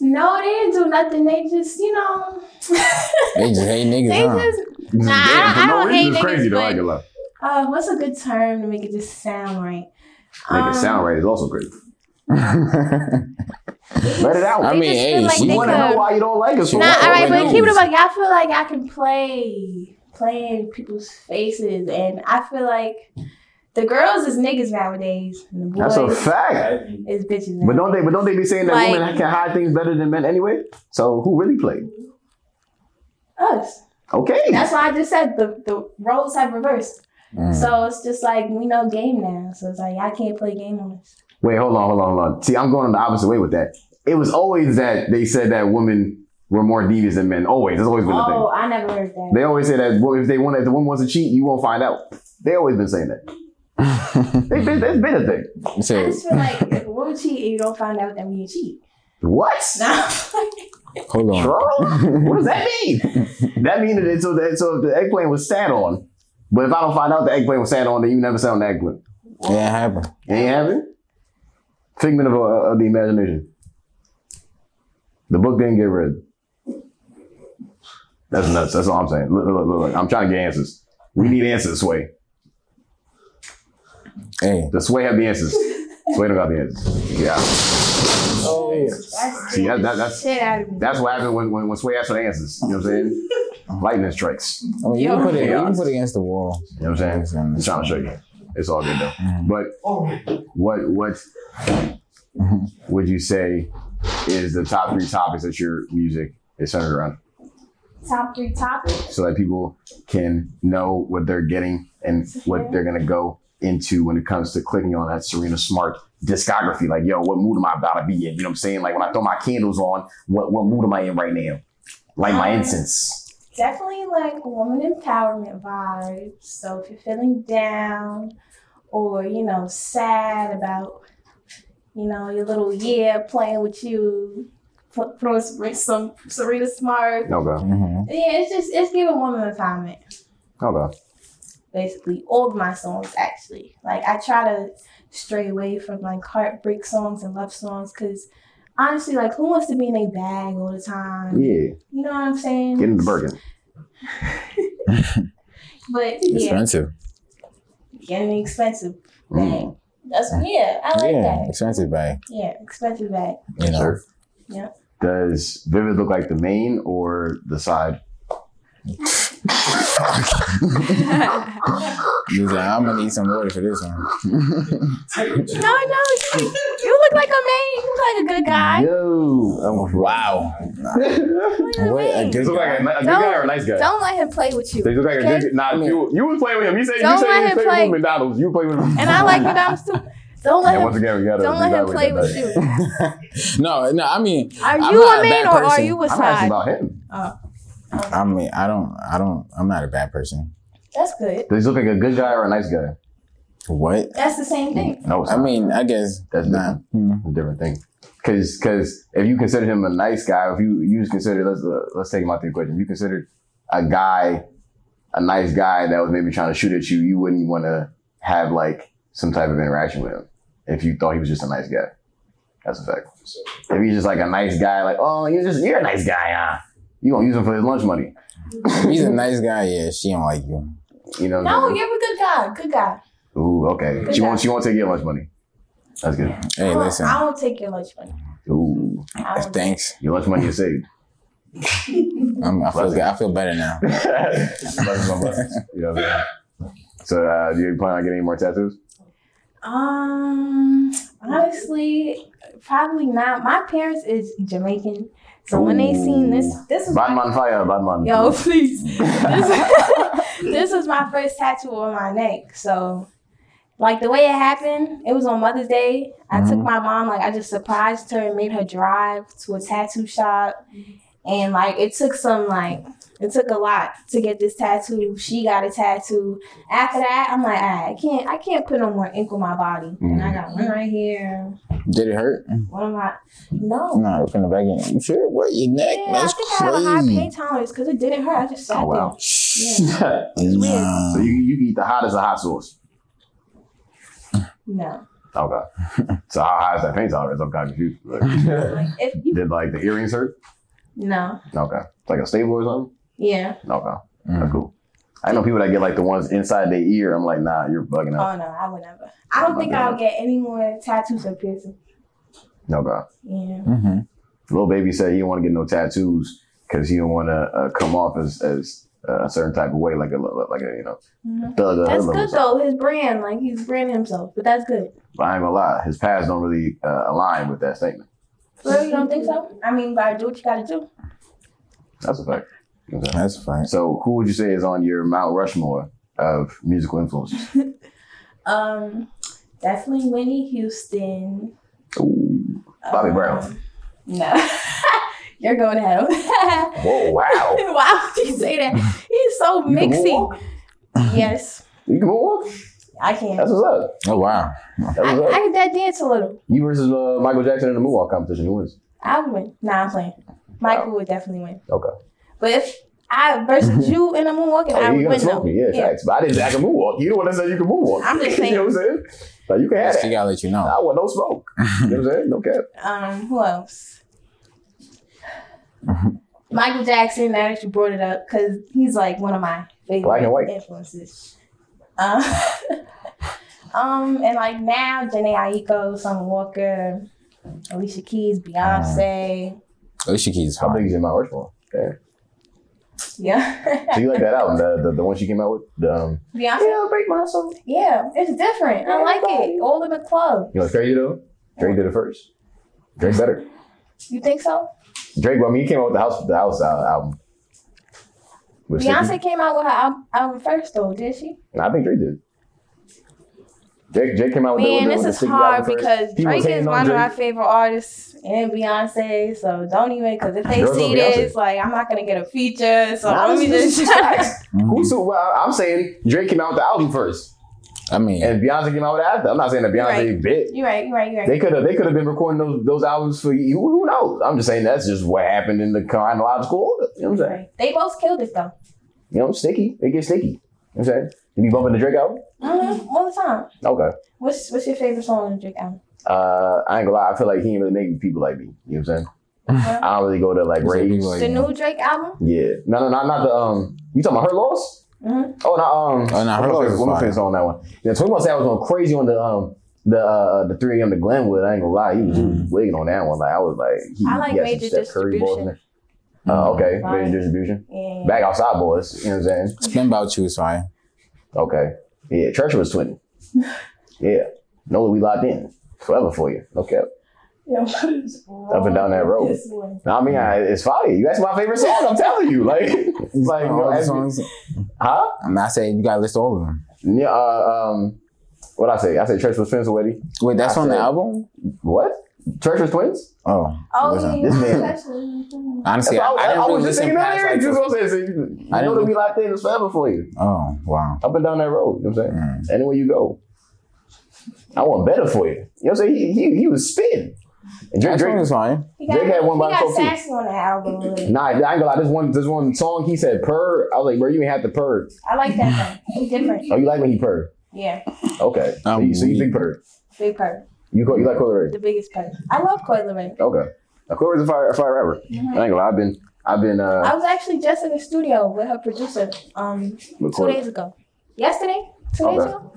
[SPEAKER 2] No, they didn't do nothing. They just, you
[SPEAKER 1] <laughs>
[SPEAKER 2] know,
[SPEAKER 3] They just hate
[SPEAKER 2] they
[SPEAKER 3] niggas, huh? <laughs>
[SPEAKER 2] just Nah, I-
[SPEAKER 1] For
[SPEAKER 2] I don't hate
[SPEAKER 1] It's
[SPEAKER 2] niggas,
[SPEAKER 1] crazy though. I
[SPEAKER 2] but-
[SPEAKER 1] ain't gonna lie.
[SPEAKER 2] Uh, what's a good term to make it just sound right?
[SPEAKER 1] Make
[SPEAKER 2] um,
[SPEAKER 1] it sound right is also crazy. Let it out.
[SPEAKER 3] I
[SPEAKER 2] they
[SPEAKER 3] mean,
[SPEAKER 2] just
[SPEAKER 3] hey,
[SPEAKER 2] feel like
[SPEAKER 3] she
[SPEAKER 1] You
[SPEAKER 2] they
[SPEAKER 1] want
[SPEAKER 2] could.
[SPEAKER 1] to know
[SPEAKER 2] Nah,
[SPEAKER 1] why you don't like us? for
[SPEAKER 2] all
[SPEAKER 1] what?
[SPEAKER 3] Nah,
[SPEAKER 2] right,
[SPEAKER 3] Nobody
[SPEAKER 2] but keep it
[SPEAKER 3] knows.
[SPEAKER 2] about. I feel like I can play, play in people's faces, and I feel like the girls is niggas nowadays, and the
[SPEAKER 1] That's a
[SPEAKER 2] boys
[SPEAKER 1] fact.
[SPEAKER 2] is bitches.
[SPEAKER 1] But don't they? But don't they be saying that
[SPEAKER 2] Like-
[SPEAKER 1] women can hide things better than men anyway? So who really played?
[SPEAKER 2] us?
[SPEAKER 1] Okay.
[SPEAKER 2] That's why I just said the the roles have reversed.
[SPEAKER 3] Mm.
[SPEAKER 2] So it's just like we know game now. So it's like I can't play game on us.
[SPEAKER 1] Wait, hold on, hold on, hold on. See, I'm going on the opposite way with that. It was always that they said that women were more devious than men. Always, it's always been the thing.
[SPEAKER 2] Oh, I never heard that.
[SPEAKER 1] They always say that well, if they want, if the woman wants to cheat, you won't find out. They always been saying that. They, they, that's been a thing.
[SPEAKER 2] I
[SPEAKER 3] Mm. So,
[SPEAKER 2] just feel like if a woman cheat and you don't find out, that mean you cheat. <laughs>
[SPEAKER 1] What?
[SPEAKER 2] Nah.
[SPEAKER 3] hold on.
[SPEAKER 1] Troll? what does that mean? that means that so that so if the eggplant was sat on. But if I don't find out the eggplant was sat on, then you never sat on the eggplant.
[SPEAKER 3] Yeah, it happened.
[SPEAKER 1] It ain't happening. Figment of, uh, of the imagination. The book didn't get read. That's nuts. That's all I'm saying. Look, look, look, look. I'm trying to get answers. We need answers, Sway.
[SPEAKER 3] Hey,
[SPEAKER 1] The Sway have the answers. Sway don't got the answers. Yeah.
[SPEAKER 2] That's
[SPEAKER 1] See, that- that- that's-
[SPEAKER 2] shit out of me.
[SPEAKER 1] That's what happened when, when, when Sway asked for the answers. You know what I'm saying? Lightning strikes. You
[SPEAKER 3] I mean, Oh, you can put it. You
[SPEAKER 1] Yeah.
[SPEAKER 3] can put it against the wall. Mm-hmm.
[SPEAKER 1] know what I'm saying? I'm trying to show you. It's all good though. But what what would you say is the top three topics that your music is centered around
[SPEAKER 2] top three topics.
[SPEAKER 1] so that people can know what they're getting and what they're going to go into when it comes to clicking on that Serena Smart discography. Like, yo, what mood am I about to be in? You know what I'm saying? Like when I throw my candles on, what what mood am I in right now? Like my
[SPEAKER 2] Um,
[SPEAKER 1] incense.
[SPEAKER 2] Definitely like woman empowerment vibes. So if you're feeling down or, you know, sad about, you know, your little year playing with you, put, put on some, some Serena Smart.
[SPEAKER 1] Okay.
[SPEAKER 3] Mhm.
[SPEAKER 2] Yeah, it's just, it's giving woman empowerment.
[SPEAKER 1] Okay.
[SPEAKER 2] basically all of my songs actually. Like I try to stray away from like heartbreak songs and love songs because honestly, like who wants to be in a bag all the time?
[SPEAKER 1] Yeah.
[SPEAKER 2] You know what I'm saying?
[SPEAKER 1] Get into Bergen.
[SPEAKER 2] But yeah,
[SPEAKER 3] Expensive.
[SPEAKER 2] getting an expensive bag.
[SPEAKER 1] Mm.
[SPEAKER 2] That's yeah, I like
[SPEAKER 3] yeah,
[SPEAKER 2] that.
[SPEAKER 3] expensive bag.
[SPEAKER 2] Yeah, expensive <laughs> bag.
[SPEAKER 3] You know,
[SPEAKER 1] Sure.
[SPEAKER 2] Yeah.
[SPEAKER 1] Does Vivid look like the main or the side?
[SPEAKER 3] You say, I'm gonna need some water for this one.
[SPEAKER 2] No, no, you, you look like a man. You look like a good guy.
[SPEAKER 1] Yo.
[SPEAKER 3] Wow.
[SPEAKER 1] you
[SPEAKER 2] What do you
[SPEAKER 3] What a
[SPEAKER 2] mean?
[SPEAKER 3] good
[SPEAKER 1] look like a,
[SPEAKER 3] guy.
[SPEAKER 1] a good
[SPEAKER 4] Don't-
[SPEAKER 1] guy or a nice guy?
[SPEAKER 2] Don't let him play with
[SPEAKER 1] They
[SPEAKER 2] you.
[SPEAKER 1] look like a
[SPEAKER 2] Okay.
[SPEAKER 1] good Nah, you, you was playing with him. You said you
[SPEAKER 4] Don't
[SPEAKER 1] said
[SPEAKER 4] let
[SPEAKER 1] you
[SPEAKER 4] him
[SPEAKER 1] played
[SPEAKER 4] play.
[SPEAKER 1] with McDonald's. You played with him.
[SPEAKER 2] And I like you know too. Don't let
[SPEAKER 1] And
[SPEAKER 2] him.
[SPEAKER 1] once again, we got
[SPEAKER 4] Don't let him play with
[SPEAKER 3] <laughs> <laughs>
[SPEAKER 4] you.
[SPEAKER 3] no, no, I mean,
[SPEAKER 4] Are
[SPEAKER 3] I'm
[SPEAKER 4] you
[SPEAKER 3] not
[SPEAKER 4] a
[SPEAKER 3] a
[SPEAKER 4] man
[SPEAKER 3] bad
[SPEAKER 4] or are
[SPEAKER 3] person.
[SPEAKER 4] you a
[SPEAKER 1] I'm asking
[SPEAKER 4] side?
[SPEAKER 1] about him.
[SPEAKER 3] I mean, I don't, I don't, I'm not a bad person.
[SPEAKER 2] That's good.
[SPEAKER 1] Does he look like a good guy or a nice guy?
[SPEAKER 3] What?
[SPEAKER 2] That's the same thing.
[SPEAKER 1] No, it's
[SPEAKER 3] I
[SPEAKER 1] not.
[SPEAKER 3] mean, I guess
[SPEAKER 1] That's
[SPEAKER 3] not. Hmm.
[SPEAKER 1] a different thing. Because because if you consider him a nice guy, if you you just consider let's uh, let's take him out the equation. If you considered a guy a nice guy that was maybe trying to shoot at you, you wouldn't want to have like some type of interaction with him if you thought he was just a nice guy. That's a fact. If he's just like a nice guy, like oh you're just you're a nice guy, huh? You gonna use him for his lunch money?
[SPEAKER 3] If He's a nice guy. Yeah, she don't like you.
[SPEAKER 1] You know? What
[SPEAKER 2] No,
[SPEAKER 1] I'm saying?
[SPEAKER 2] you're a good guy. Good guy.
[SPEAKER 1] Ooh, okay. She won't she won't take your lunch money. That's good.
[SPEAKER 3] Hey,
[SPEAKER 2] I won't-
[SPEAKER 3] listen.
[SPEAKER 2] I won't take your lunch money.
[SPEAKER 1] Ooh,
[SPEAKER 2] I won't.
[SPEAKER 3] Thanks.
[SPEAKER 1] your lunch money is saved.
[SPEAKER 3] I'm, I feel good. I feel better now.
[SPEAKER 1] Blessings on blessings. You know what I'm saying? So, uh, do you plan on getting any more tattoos?
[SPEAKER 2] Um, honestly, probably not. My parents is Jamaican, so when they seen this, this was
[SPEAKER 1] Batman
[SPEAKER 2] my,
[SPEAKER 1] on fire, Batman. <laughs>
[SPEAKER 2] yo, please. This, <laughs> this was my first tattoo on my neck, so. Like the way it happened, it was on Mother's Day. I took my mom, like I just surprised her and made her drive to a tattoo shop. And like it took some like it took a lot to get this tattoo. She got a tattoo. After that, I'm like, "Alright, I can't I can't put no more ink on my body. And I got one right here.
[SPEAKER 3] Did it hurt?
[SPEAKER 2] What am I? No.
[SPEAKER 3] No, open the back end. You sure? What? Your neck?
[SPEAKER 2] Yeah, I
[SPEAKER 3] That's
[SPEAKER 2] think I have a high
[SPEAKER 3] crazy.
[SPEAKER 2] pain tolerance because it didn't hurt. I just sat
[SPEAKER 1] Oh, wow.
[SPEAKER 2] there.
[SPEAKER 1] so
[SPEAKER 3] Nah.
[SPEAKER 1] you you can eat the hottest of hot sauce.
[SPEAKER 2] No.
[SPEAKER 1] Okay. So how high is that pain tolerance? I'm kind of confused. Like,
[SPEAKER 2] Like if you
[SPEAKER 1] did like the earrings hurt?
[SPEAKER 2] no.
[SPEAKER 1] Okay. Like a stable or something?
[SPEAKER 2] Yeah.
[SPEAKER 1] Okay. That's
[SPEAKER 3] Mm.
[SPEAKER 1] cool. I know people that get like the ones inside their ear. I'm like, nah, you're bugging out.
[SPEAKER 2] Oh no, I would never. I don't
[SPEAKER 1] Oh,
[SPEAKER 2] think
[SPEAKER 1] my God.
[SPEAKER 2] I'll get any more tattoos or piercings.
[SPEAKER 1] No God.
[SPEAKER 2] Yeah.
[SPEAKER 3] Mhm.
[SPEAKER 1] Little baby said he don't want to get no tattoos because he don't want to uh, come off as as uh, a certain type of way, like a like a you know
[SPEAKER 2] Mhm.
[SPEAKER 1] thug. uh, or
[SPEAKER 2] That's
[SPEAKER 1] hoodlum or
[SPEAKER 2] good
[SPEAKER 1] something.
[SPEAKER 2] though. His brand, like he's branding himself, but that's good.
[SPEAKER 1] But I ain't gonna lie, his past don't really uh, align with that statement.
[SPEAKER 2] For real, you don't think so? I mean, but do what you gotta do.
[SPEAKER 1] That's a fact. Okay.
[SPEAKER 3] That's fine.
[SPEAKER 1] So, who would you say is on your Mount Rushmore of musical influences?
[SPEAKER 2] Um, definitely Winnie Houston.
[SPEAKER 1] Ooh, Bobby
[SPEAKER 2] Um,
[SPEAKER 1] Brown.
[SPEAKER 2] No, <laughs> you're going to hell. <laughs>
[SPEAKER 1] Whoa, wow.
[SPEAKER 2] Why would you say that? He's so
[SPEAKER 1] You can
[SPEAKER 2] <laughs> mixy.
[SPEAKER 1] moonwalk?
[SPEAKER 2] Yes,
[SPEAKER 1] You can moonwalk?
[SPEAKER 2] I can.
[SPEAKER 1] That's what's up.
[SPEAKER 3] Oh wow.
[SPEAKER 1] That's
[SPEAKER 2] I,
[SPEAKER 1] what's
[SPEAKER 2] I
[SPEAKER 1] up.
[SPEAKER 2] can that dance a little.
[SPEAKER 1] You versus uh, Michael Jackson in the moonwalk competition. Who wins?
[SPEAKER 2] I would win. Nah, I'm playing. Michael would definitely win.
[SPEAKER 1] Okay.
[SPEAKER 2] But if I versus you in a moonwalking, I
[SPEAKER 1] Hey,
[SPEAKER 2] would
[SPEAKER 1] Oh, you gonna
[SPEAKER 2] win
[SPEAKER 1] smoke
[SPEAKER 2] though.
[SPEAKER 1] me? Yeah,
[SPEAKER 2] Yeah.
[SPEAKER 1] facts. But I didn't say I can moonwalk. You the one that said you can moonwalk.
[SPEAKER 2] I'm
[SPEAKER 1] <laughs>
[SPEAKER 2] just
[SPEAKER 1] you know what I'm saying? Like you can have
[SPEAKER 3] She
[SPEAKER 1] that.
[SPEAKER 3] gotta let you
[SPEAKER 1] I <laughs>
[SPEAKER 3] know. <laughs>
[SPEAKER 1] want no smoke. You know what I'm saying? No cap.
[SPEAKER 2] Um, who else? Michael Jackson. Now that you brought it up, because he's like one of my favorite
[SPEAKER 1] Black and white.
[SPEAKER 2] influences. Um, <laughs> um, and like now, Janae Aiko, Summer Walker, Alicia Keys, Beyonce.
[SPEAKER 3] Alicia Keys is
[SPEAKER 1] How big
[SPEAKER 3] fine.
[SPEAKER 1] is your Mount Rushmore? Yeah.
[SPEAKER 2] Yeah, <laughs>
[SPEAKER 1] So you like that album, the, the, the one she came out with? The, um,
[SPEAKER 2] Beyonce.
[SPEAKER 1] break my soul.
[SPEAKER 2] Yeah, it's different. I like it. All in the club.
[SPEAKER 1] You know what's crazy though? Drake did it first. Drake better.
[SPEAKER 2] You think so?
[SPEAKER 1] Drake, well, I mean, he came out with the house, the house uh, album. With Snoop.
[SPEAKER 2] Beyonce came out with her al- album first, though, did she?
[SPEAKER 1] Nah, I think Drake did. Drake, Drake came out with
[SPEAKER 4] Man,
[SPEAKER 1] the, with
[SPEAKER 4] this
[SPEAKER 1] the,
[SPEAKER 4] is
[SPEAKER 1] with the
[SPEAKER 4] hard because
[SPEAKER 1] People
[SPEAKER 4] Drake is
[SPEAKER 1] hating on
[SPEAKER 4] one of my
[SPEAKER 1] Drake.
[SPEAKER 4] favorite artists.
[SPEAKER 2] and Beyonce. So don't even because if they
[SPEAKER 1] Girls
[SPEAKER 2] see
[SPEAKER 1] love Beyonce.
[SPEAKER 2] this, like I'm not gonna get a feature. So
[SPEAKER 1] Nah,
[SPEAKER 2] let me
[SPEAKER 1] this- this
[SPEAKER 2] just
[SPEAKER 1] is
[SPEAKER 2] <laughs>
[SPEAKER 1] facts.
[SPEAKER 3] Mm-hmm.
[SPEAKER 1] Who's who? Well, I'm saying Drake came out with the album first,
[SPEAKER 3] I mean,
[SPEAKER 1] and Beyonce came out with it after. I'm not saying that Beyonce
[SPEAKER 2] Right.
[SPEAKER 1] bit.
[SPEAKER 2] You're right. You're right. You're right.
[SPEAKER 1] They could have they could have been recording those those albums for you. Who, who knows? I'm just saying that's just what happened in the chronological order. You know what I'm saying?
[SPEAKER 2] Right. They both killed it though.
[SPEAKER 1] You know, sticky. It gets sticky. You know what I'm saying? You be bumping the Drake album?
[SPEAKER 2] <laughs> Mhm, All the time.
[SPEAKER 1] Okay.
[SPEAKER 2] What's what's your favorite song on the Drake album?
[SPEAKER 1] Uh, I ain't gonna lie. I feel like he ain't really making people like me. You know what I'm saying?
[SPEAKER 4] Uh-huh.
[SPEAKER 2] Huh?
[SPEAKER 1] I don't really go to like
[SPEAKER 3] Some
[SPEAKER 1] rage.
[SPEAKER 3] people like-
[SPEAKER 2] the new Drake album?
[SPEAKER 1] yeah. No, no, not, not the um. You talking about her loss?
[SPEAKER 4] Mm-hmm.
[SPEAKER 2] Mhm.
[SPEAKER 1] Oh, no. Um.
[SPEAKER 3] Oh, no, Her
[SPEAKER 1] I'm
[SPEAKER 3] Loss
[SPEAKER 1] gonna
[SPEAKER 3] is
[SPEAKER 1] I'm gonna
[SPEAKER 3] fire.
[SPEAKER 1] finish on that one. Yeah, Twenty One Savage was going crazy on the um the uh the 3 a.m. to Glenwood. I ain't gonna lie. He was
[SPEAKER 3] Mhm.
[SPEAKER 1] wigging on that one. Like I was like, he,
[SPEAKER 4] I like
[SPEAKER 1] he had some
[SPEAKER 4] Major
[SPEAKER 1] Steph Curry balls in there. Uh,
[SPEAKER 3] Mm.
[SPEAKER 1] okay,
[SPEAKER 2] Fine.
[SPEAKER 1] major distribution.
[SPEAKER 2] Yeah.
[SPEAKER 1] Back outside boys. You know what I'm saying?
[SPEAKER 3] Spin about you is fine.
[SPEAKER 1] Okay. Yeah, Treasure was
[SPEAKER 4] <laughs>
[SPEAKER 1] 20. yeah. Know that we locked in forever for you. Okay.
[SPEAKER 2] Yeah, what is wrong
[SPEAKER 1] Up and down that
[SPEAKER 2] with
[SPEAKER 1] road.
[SPEAKER 2] this one?
[SPEAKER 1] I mean, I, it's fire. You asked my favorite song. I'm telling you,
[SPEAKER 3] <laughs>
[SPEAKER 1] like, like,
[SPEAKER 3] all the
[SPEAKER 1] as-
[SPEAKER 3] songs.
[SPEAKER 1] huh?
[SPEAKER 3] I'm not saying you gotta list all of them.
[SPEAKER 1] Yeah. Uh, um, what I say? I say Treacherous Twins already.
[SPEAKER 3] Wait, that's
[SPEAKER 1] I
[SPEAKER 3] on the
[SPEAKER 1] said-
[SPEAKER 3] album.
[SPEAKER 1] What? Treacherous Twins?
[SPEAKER 3] Oh,
[SPEAKER 2] Oh,
[SPEAKER 3] listen.
[SPEAKER 2] yeah.
[SPEAKER 1] This man-
[SPEAKER 2] that's actually-
[SPEAKER 3] honestly,
[SPEAKER 1] That's
[SPEAKER 3] I,
[SPEAKER 1] what
[SPEAKER 3] I
[SPEAKER 1] I,
[SPEAKER 3] didn't
[SPEAKER 1] was- I
[SPEAKER 3] really
[SPEAKER 1] was just
[SPEAKER 3] listen
[SPEAKER 1] thinking
[SPEAKER 3] past
[SPEAKER 1] that.
[SPEAKER 3] like.
[SPEAKER 1] It's just
[SPEAKER 3] the-
[SPEAKER 1] what I'm saying. So you- you
[SPEAKER 3] I
[SPEAKER 1] know
[SPEAKER 3] didn't-
[SPEAKER 1] that we locked in. It's forever for you.
[SPEAKER 3] Oh wow.
[SPEAKER 1] Up and down that road. You know what I'm saying?
[SPEAKER 3] Mm.
[SPEAKER 1] Anywhere you go. I want better for you. You know what I'm saying? He, he, he was spitting. And Drake,
[SPEAKER 3] That
[SPEAKER 1] Drake
[SPEAKER 3] song is fine.
[SPEAKER 2] He
[SPEAKER 1] Drake had one by
[SPEAKER 2] he got
[SPEAKER 1] himself, too.
[SPEAKER 2] sassy on the album. really.
[SPEAKER 1] Nah, I ain't gonna lie. This one, this one song he said purr. I was like, bro, you ain't have to purr.
[SPEAKER 2] I like that one. He's different.
[SPEAKER 1] Oh, you like when he purr?
[SPEAKER 2] Yeah,
[SPEAKER 1] Okay. so,
[SPEAKER 3] Um,
[SPEAKER 1] you, so you think purr?
[SPEAKER 2] big part,
[SPEAKER 1] You co- you like Coil Ray?
[SPEAKER 2] the biggest part. I love Coil Ray.
[SPEAKER 1] Okay. Now, Coil Ray's a fire, a fire rapper. I ain't gonna lie. I've been, I've been uh,
[SPEAKER 2] Mm-hmm. I was actually just in the studio with her producer um
[SPEAKER 1] with
[SPEAKER 2] two
[SPEAKER 1] Coil-
[SPEAKER 2] days ago. Yesterday? Two days
[SPEAKER 1] Okay.
[SPEAKER 2] ago?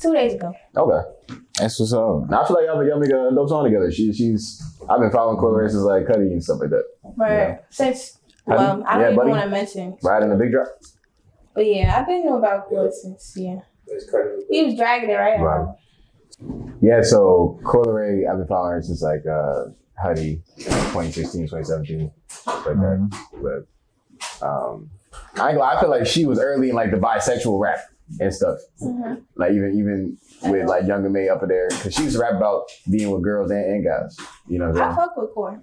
[SPEAKER 2] Two days ago.
[SPEAKER 1] Okay.
[SPEAKER 3] That's what's up.
[SPEAKER 1] Now I feel like y'all, y'all make a dope song together. She, she's. I've been following Coil Ray since like Cuddy and stuff like that.
[SPEAKER 2] Right.
[SPEAKER 1] Yeah.
[SPEAKER 2] Since
[SPEAKER 1] Have
[SPEAKER 2] well,
[SPEAKER 1] you-
[SPEAKER 2] I don't
[SPEAKER 1] yeah,
[SPEAKER 2] even
[SPEAKER 1] buddy.
[SPEAKER 2] want to mention.
[SPEAKER 1] Riding the big drop.
[SPEAKER 2] But yeah, I've been knowing about Coil since yeah. He was dragging it right.
[SPEAKER 1] Right. Yeah. So Coil Ray, I've been following her since like uh, Cuddy, 2016, 2017, stuff like that.
[SPEAKER 3] Mhm.
[SPEAKER 1] but um, I, ain't gonna- I feel like she was early in like the bisexual rap and stuff.
[SPEAKER 2] Mhm.
[SPEAKER 1] Like even even with like younger May up in there, because she used to rap about being with girls and, and guys. You know what
[SPEAKER 2] I
[SPEAKER 1] I'm
[SPEAKER 2] fuck with Core.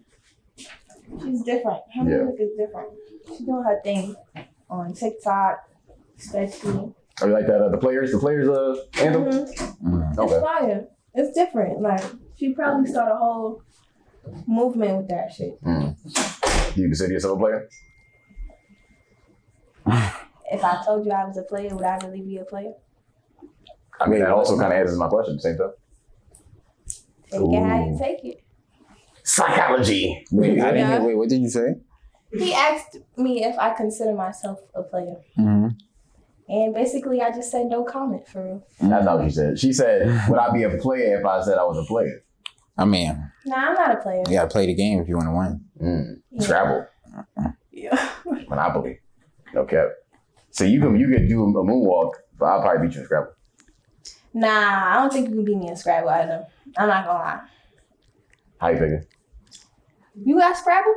[SPEAKER 2] She's different. Her
[SPEAKER 1] Yeah.
[SPEAKER 2] music is different. She's doing her thing on TikTok, especially.
[SPEAKER 1] saying? Or like that uh, the players, the players uh, anthem. Oh,
[SPEAKER 2] Mhm.
[SPEAKER 3] Mm.
[SPEAKER 2] It's
[SPEAKER 1] Okay,
[SPEAKER 2] fire. It's different. Like she probably started a whole movement with that shit.
[SPEAKER 1] you consider yourself a player?
[SPEAKER 2] If I told you I was a player, would I really be a player?
[SPEAKER 1] I mean, that also kind of answers my question. at the Same time.
[SPEAKER 2] Take it how you
[SPEAKER 1] Ooh.
[SPEAKER 2] take it.
[SPEAKER 1] Psychology.
[SPEAKER 3] Wait, I didn't
[SPEAKER 2] Yeah.
[SPEAKER 3] hear, wait, what did you say?
[SPEAKER 2] He asked me if I consider myself a player.
[SPEAKER 3] Mm-hmm.
[SPEAKER 2] And basically, I just said no comment for real.
[SPEAKER 1] That's not what she said. She said, "Would I be a player if I said I was a player?"
[SPEAKER 3] I mean,
[SPEAKER 2] Nah, I'm not a player.
[SPEAKER 3] you gotta play the game if you want to win.
[SPEAKER 1] Mm.
[SPEAKER 2] Yeah.
[SPEAKER 1] Travel.
[SPEAKER 2] Yeah.
[SPEAKER 1] Monopoly. No cap. So you can you could do a moonwalk, but I'll probably beat you in Scrabble.
[SPEAKER 2] Nah, I don't think you can beat me in Scrabble either. I'm not gonna lie.
[SPEAKER 1] How you
[SPEAKER 3] <laughs>
[SPEAKER 1] figure?
[SPEAKER 2] You got Scrabble?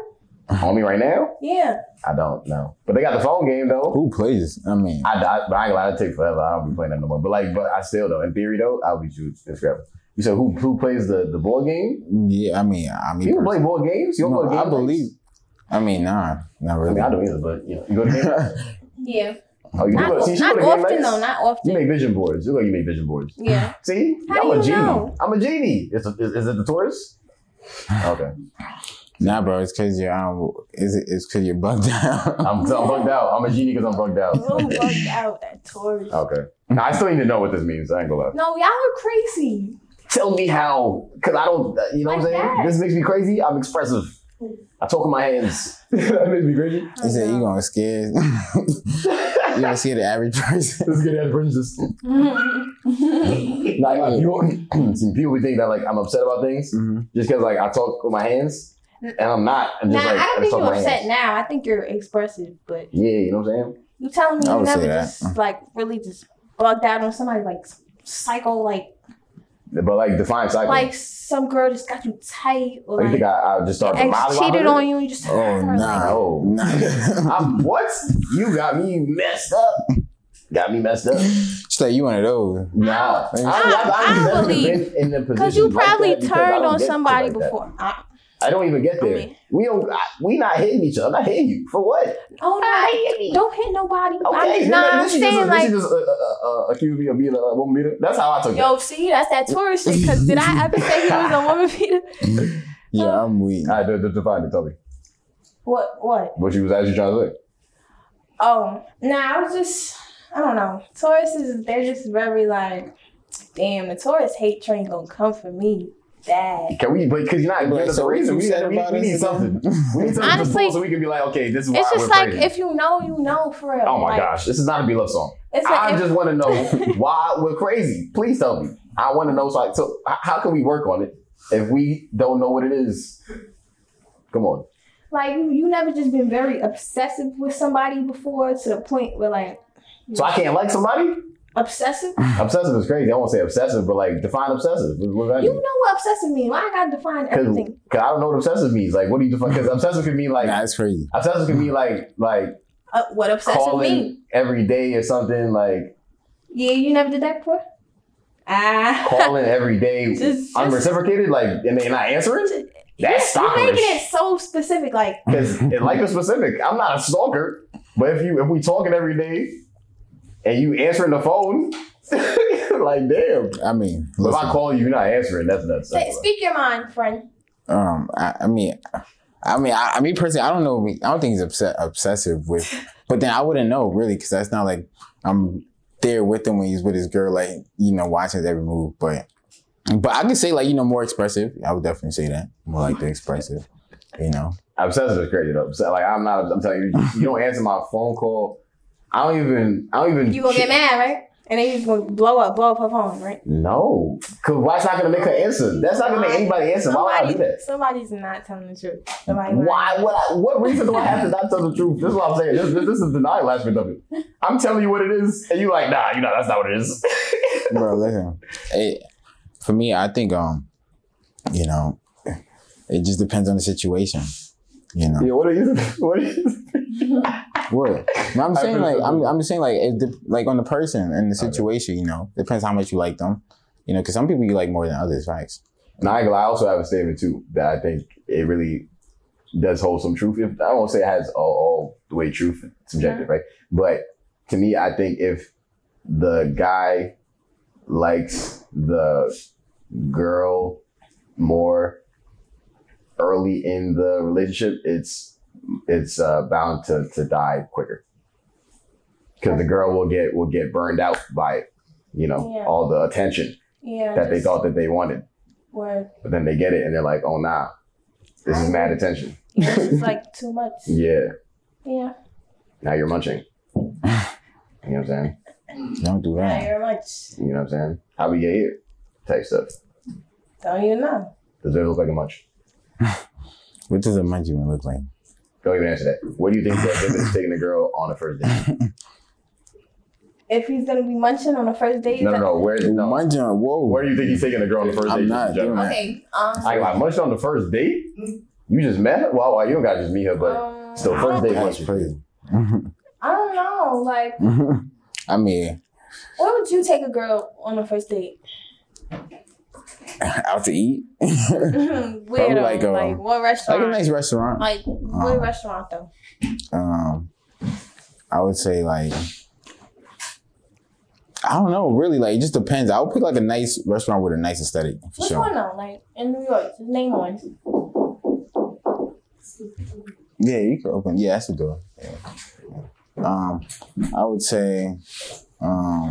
[SPEAKER 1] On me right now?
[SPEAKER 2] Yeah.
[SPEAKER 1] I don't know. But they got the phone game though.
[SPEAKER 3] Who plays? I mean,
[SPEAKER 1] I, I, but I ain't gonna lie, it take forever. I don't be playing that no more. But like, but I still though. In theory though, I'll beat you in Scrabble. You said who who plays the the board game?
[SPEAKER 3] yeah, I mean, I mean,
[SPEAKER 1] You don't play board games? You don't
[SPEAKER 3] No,
[SPEAKER 1] play game
[SPEAKER 3] I believe.
[SPEAKER 1] nights?
[SPEAKER 3] I mean, nah, not
[SPEAKER 1] I
[SPEAKER 3] really.
[SPEAKER 1] mean, I don't either, but you know, you go <laughs> to game nights?
[SPEAKER 2] Yeah.
[SPEAKER 1] Oh, you
[SPEAKER 2] Not,
[SPEAKER 1] go, see, you
[SPEAKER 2] not
[SPEAKER 1] go to game
[SPEAKER 2] often,
[SPEAKER 1] nights?
[SPEAKER 2] though. Not
[SPEAKER 1] You make
[SPEAKER 2] often.
[SPEAKER 1] vision boards. You go, you make vision boards. <laughs>
[SPEAKER 2] Yeah.
[SPEAKER 1] See?
[SPEAKER 2] How
[SPEAKER 1] I'm
[SPEAKER 2] do
[SPEAKER 1] a
[SPEAKER 2] you
[SPEAKER 1] genie.
[SPEAKER 2] know?
[SPEAKER 1] I'm a genie. It's a, is, is it the Taurus? Okay.
[SPEAKER 3] Nah, bro, it's cause you're um, is it? It's cause you're bugged <laughs> out.
[SPEAKER 1] I'm, so I'm bugged out. I'm a genie because I'm bugged out.
[SPEAKER 2] Who bugged out at Taurus?
[SPEAKER 1] Okay. Now, I still need to know what this means. I ain't gonna lie.
[SPEAKER 2] <laughs> No, y'all are crazy.
[SPEAKER 1] Tell me how, because I don't, uh, you know what I'm
[SPEAKER 2] Like
[SPEAKER 1] saying?
[SPEAKER 2] that.
[SPEAKER 1] This makes me crazy. I'm expressive. I talk with my hands. <laughs> that makes me crazy. <laughs>
[SPEAKER 3] He said you
[SPEAKER 2] <laughs>
[SPEAKER 3] gonna scare. <laughs> you gonna scare the average person. <laughs>
[SPEAKER 1] This is good ass princess. Like, like, you some people <clears throat> would think that like I'm upset about things just because like I talk with my hands and I'm not. I'm
[SPEAKER 2] Nah,
[SPEAKER 1] just like
[SPEAKER 2] I don't think
[SPEAKER 1] just talk
[SPEAKER 2] you're
[SPEAKER 1] with my
[SPEAKER 2] upset
[SPEAKER 1] hands.
[SPEAKER 2] now. I think you're expressive, but
[SPEAKER 1] Yeah, you know what I'm saying?
[SPEAKER 2] You telling me
[SPEAKER 3] I
[SPEAKER 2] you
[SPEAKER 3] would
[SPEAKER 2] never
[SPEAKER 3] say that.
[SPEAKER 2] just like really just bugged out on somebody like psycho like
[SPEAKER 1] But like define cycle.
[SPEAKER 2] like some girl just got you tight or
[SPEAKER 1] Like, you
[SPEAKER 2] like,
[SPEAKER 1] think I, I just start
[SPEAKER 2] your ex
[SPEAKER 1] monologuing?
[SPEAKER 2] cheated on you and you just
[SPEAKER 3] Oh
[SPEAKER 2] like,
[SPEAKER 3] nah, <laughs>
[SPEAKER 1] No.
[SPEAKER 3] nah.
[SPEAKER 1] I'm what? You got me messed up. got me messed up.
[SPEAKER 3] She's like, you one of those.
[SPEAKER 1] Nah,
[SPEAKER 3] I-
[SPEAKER 2] I
[SPEAKER 1] never
[SPEAKER 2] believe-
[SPEAKER 1] been in the position
[SPEAKER 2] Because you
[SPEAKER 1] like
[SPEAKER 2] probably
[SPEAKER 1] that because I
[SPEAKER 2] turned
[SPEAKER 1] don't
[SPEAKER 2] on
[SPEAKER 1] get shit
[SPEAKER 2] somebody
[SPEAKER 1] like that.
[SPEAKER 2] before. I,
[SPEAKER 1] I don't even get
[SPEAKER 2] I
[SPEAKER 1] there.
[SPEAKER 2] mean-
[SPEAKER 1] we don't. I, we not hitting each other. I'm not hitting you for what?
[SPEAKER 2] oh, no.
[SPEAKER 1] hit me.
[SPEAKER 2] Don't hit nobody. I
[SPEAKER 1] Okay,
[SPEAKER 2] just, nah, I'm
[SPEAKER 1] this is just
[SPEAKER 2] saying
[SPEAKER 1] a-
[SPEAKER 2] like,
[SPEAKER 1] this is just, uh, uh, uh, accuse me of being a, a woman beater. That's how I took
[SPEAKER 2] yo, see, that's that tourist shit. Because did I ever say
[SPEAKER 1] <laughs>
[SPEAKER 2] he was a woman beater?
[SPEAKER 3] Yeah, I'm weak.
[SPEAKER 1] it. I had to define it. Tell me
[SPEAKER 2] What? What?
[SPEAKER 1] what you was actually trying to say.
[SPEAKER 2] Oh, nah, I was just, I don't know. Tauruses, they're just very like, damn, the Taurus hate train gonna come for me bad.
[SPEAKER 1] Can we? But because you're not
[SPEAKER 3] Like,
[SPEAKER 1] giving us
[SPEAKER 3] so
[SPEAKER 1] a reason.
[SPEAKER 3] what
[SPEAKER 1] We,
[SPEAKER 3] you said
[SPEAKER 1] we, we,
[SPEAKER 3] about
[SPEAKER 1] need
[SPEAKER 3] us
[SPEAKER 1] something. <laughs>
[SPEAKER 3] again?
[SPEAKER 1] We need something to
[SPEAKER 2] Honestly,
[SPEAKER 1] pull so we can be like, okay, this is why
[SPEAKER 2] It's
[SPEAKER 1] we're
[SPEAKER 2] just like
[SPEAKER 1] crazy.
[SPEAKER 2] if you know, you know for real.
[SPEAKER 1] Oh my
[SPEAKER 2] Like,
[SPEAKER 1] gosh, this is not a be love song.
[SPEAKER 2] It's like
[SPEAKER 1] I
[SPEAKER 2] if-
[SPEAKER 1] just want to
[SPEAKER 2] <laughs>
[SPEAKER 1] know why we're crazy. Please tell me. I want to know. So, like, so h- how can we work on it if we don't know what it is? Come on.
[SPEAKER 2] like you you never just been very obsessive with somebody before to the point where like
[SPEAKER 1] So I can't like
[SPEAKER 2] <laughs>
[SPEAKER 1] somebody.
[SPEAKER 2] obsessive.
[SPEAKER 1] Obsessive is crazy. I won't say obsessive, but like define obsessive. What- what that
[SPEAKER 2] You
[SPEAKER 1] mean?
[SPEAKER 2] know what obsessive means? Why I gotta define
[SPEAKER 1] Cause,
[SPEAKER 2] everything?
[SPEAKER 1] 'cause I don't know what obsessive means. Like, what do you define? Because obsessive could mean like
[SPEAKER 3] Nah, it's crazy.
[SPEAKER 1] obsessive could mean like like
[SPEAKER 2] Uh, what obsessive
[SPEAKER 1] calling
[SPEAKER 2] mean?
[SPEAKER 1] every day or something. Like
[SPEAKER 2] Yeah, you never did that before. Ah,
[SPEAKER 1] calling every day
[SPEAKER 2] <laughs> Just-
[SPEAKER 1] unreciprocated. Like and they not answering.
[SPEAKER 2] <laughs>
[SPEAKER 1] That's
[SPEAKER 2] you're
[SPEAKER 1] stalkerish.
[SPEAKER 2] making it so specific. Like
[SPEAKER 1] Because
[SPEAKER 2] <laughs>
[SPEAKER 1] like a specific, I'm not a stalker, but if you if we talking every day and you answering the phone, <laughs> like damn.
[SPEAKER 3] I mean,
[SPEAKER 1] If
[SPEAKER 3] listen,
[SPEAKER 1] I call you, you're not answering. That's nuts.
[SPEAKER 2] say, speak your mind, friend.
[SPEAKER 3] um, I, I mean, I mean, I, I mean, personally, I don't know. I don't think he's upset, obsessive with, but then I wouldn't know really because that's not like I'm there with him when he's with his girl, like you know, watching his every move. But, but I could say like you know, more expressive. I would definitely say that more like the expressive, you know.
[SPEAKER 1] Obsessive is crazy though. Obsess- Like I'm not. I'm telling you, you don't answer my phone call. I don't even. I don't even.
[SPEAKER 2] You gonna get mad, right? And then you gonna blow up, blow up her phone, right?
[SPEAKER 1] No, cause why it's not gonna make her answer? That's not gonna make anybody answer. Why would I do that?
[SPEAKER 2] somebody's not telling the truth. Somebody
[SPEAKER 1] Why? What? I, what reason do I have to not tell the truth? This is what I'm saying. This, this, this is denial aspect of it. I'm telling you what it is, and you like, nah, you know that's not what it is.
[SPEAKER 3] bro. Listen, it, for me, I think um, you know, it just depends on the situation. You know,
[SPEAKER 1] Yeah, what are you? <laughs> What are you?
[SPEAKER 3] what No, I'm
[SPEAKER 1] I
[SPEAKER 3] saying, like
[SPEAKER 1] appreciate
[SPEAKER 3] I'm,
[SPEAKER 1] that.
[SPEAKER 3] I'm just saying, like it, de- like on the person and the
[SPEAKER 1] Okay.
[SPEAKER 3] situation. You know, depends how much you like them. You know, because some people you like more than others. Facts.
[SPEAKER 1] Now, I ain't gonna lie, I also have a statement too that I think it really does hold some truth. If I won't say it has all, all the way truth, it's subjective, right? But to me, I think if the guy likes the girl more early in the relationship, it's it's uh, bound to to die quicker because the girl will get will get burned out by it, you know
[SPEAKER 2] Yeah.
[SPEAKER 1] all the attention
[SPEAKER 2] Yeah.
[SPEAKER 1] that they
[SPEAKER 2] just-
[SPEAKER 1] thought that they wanted.
[SPEAKER 2] Word.
[SPEAKER 1] But then they get it and they're like, oh nah, this is mad attention.
[SPEAKER 2] Yeah,
[SPEAKER 1] <laughs>
[SPEAKER 2] It's just, like too much.
[SPEAKER 1] Yeah.
[SPEAKER 2] Yeah.
[SPEAKER 1] Now you're munching. You know what I'm saying?
[SPEAKER 3] Don't do
[SPEAKER 2] Not
[SPEAKER 3] that.
[SPEAKER 2] very much.
[SPEAKER 1] You know what I'm saying? How we get here? Type stuff.
[SPEAKER 2] Don't even know.
[SPEAKER 1] Does it look like a munch?
[SPEAKER 3] What does a munchie man look like?
[SPEAKER 1] Don't even answer that. What do you think that women is taking a girl on a first date?
[SPEAKER 2] If he's gonna be munching on the first date.
[SPEAKER 1] No, no, no. Where, no.
[SPEAKER 3] Munching. Whoa.
[SPEAKER 1] Where do you think he's taking a girl on the first date?
[SPEAKER 3] I'm not
[SPEAKER 1] just in general?
[SPEAKER 3] doing
[SPEAKER 2] Okay. Um.
[SPEAKER 1] I, I munched on the first date? You just met her? Wow, wow, you don't gotta just meet her, but
[SPEAKER 2] um,
[SPEAKER 1] still,
[SPEAKER 2] I
[SPEAKER 1] first
[SPEAKER 2] don't-
[SPEAKER 1] date
[SPEAKER 3] That's
[SPEAKER 1] munch.
[SPEAKER 3] crazy.
[SPEAKER 2] I don't know. Like,
[SPEAKER 3] <laughs> I mean,
[SPEAKER 2] where would you take a girl on a first date? <laughs>
[SPEAKER 3] out to eat. <laughs> like
[SPEAKER 2] Where? though?
[SPEAKER 3] like,
[SPEAKER 2] Like,
[SPEAKER 3] um,
[SPEAKER 2] what
[SPEAKER 3] a
[SPEAKER 2] restaurant?
[SPEAKER 3] nice restaurant.
[SPEAKER 2] Like, what
[SPEAKER 3] Uh,
[SPEAKER 2] restaurant though?
[SPEAKER 3] um I would say like I don't know, really. Like it just depends. I would pick like a nice restaurant with a nice aesthetic for
[SPEAKER 2] Which
[SPEAKER 3] sure.
[SPEAKER 2] one though? Like in New York, just name one.
[SPEAKER 3] Yeah, you could open. Yeah, that's the door. Yeah. Um, I would say, um,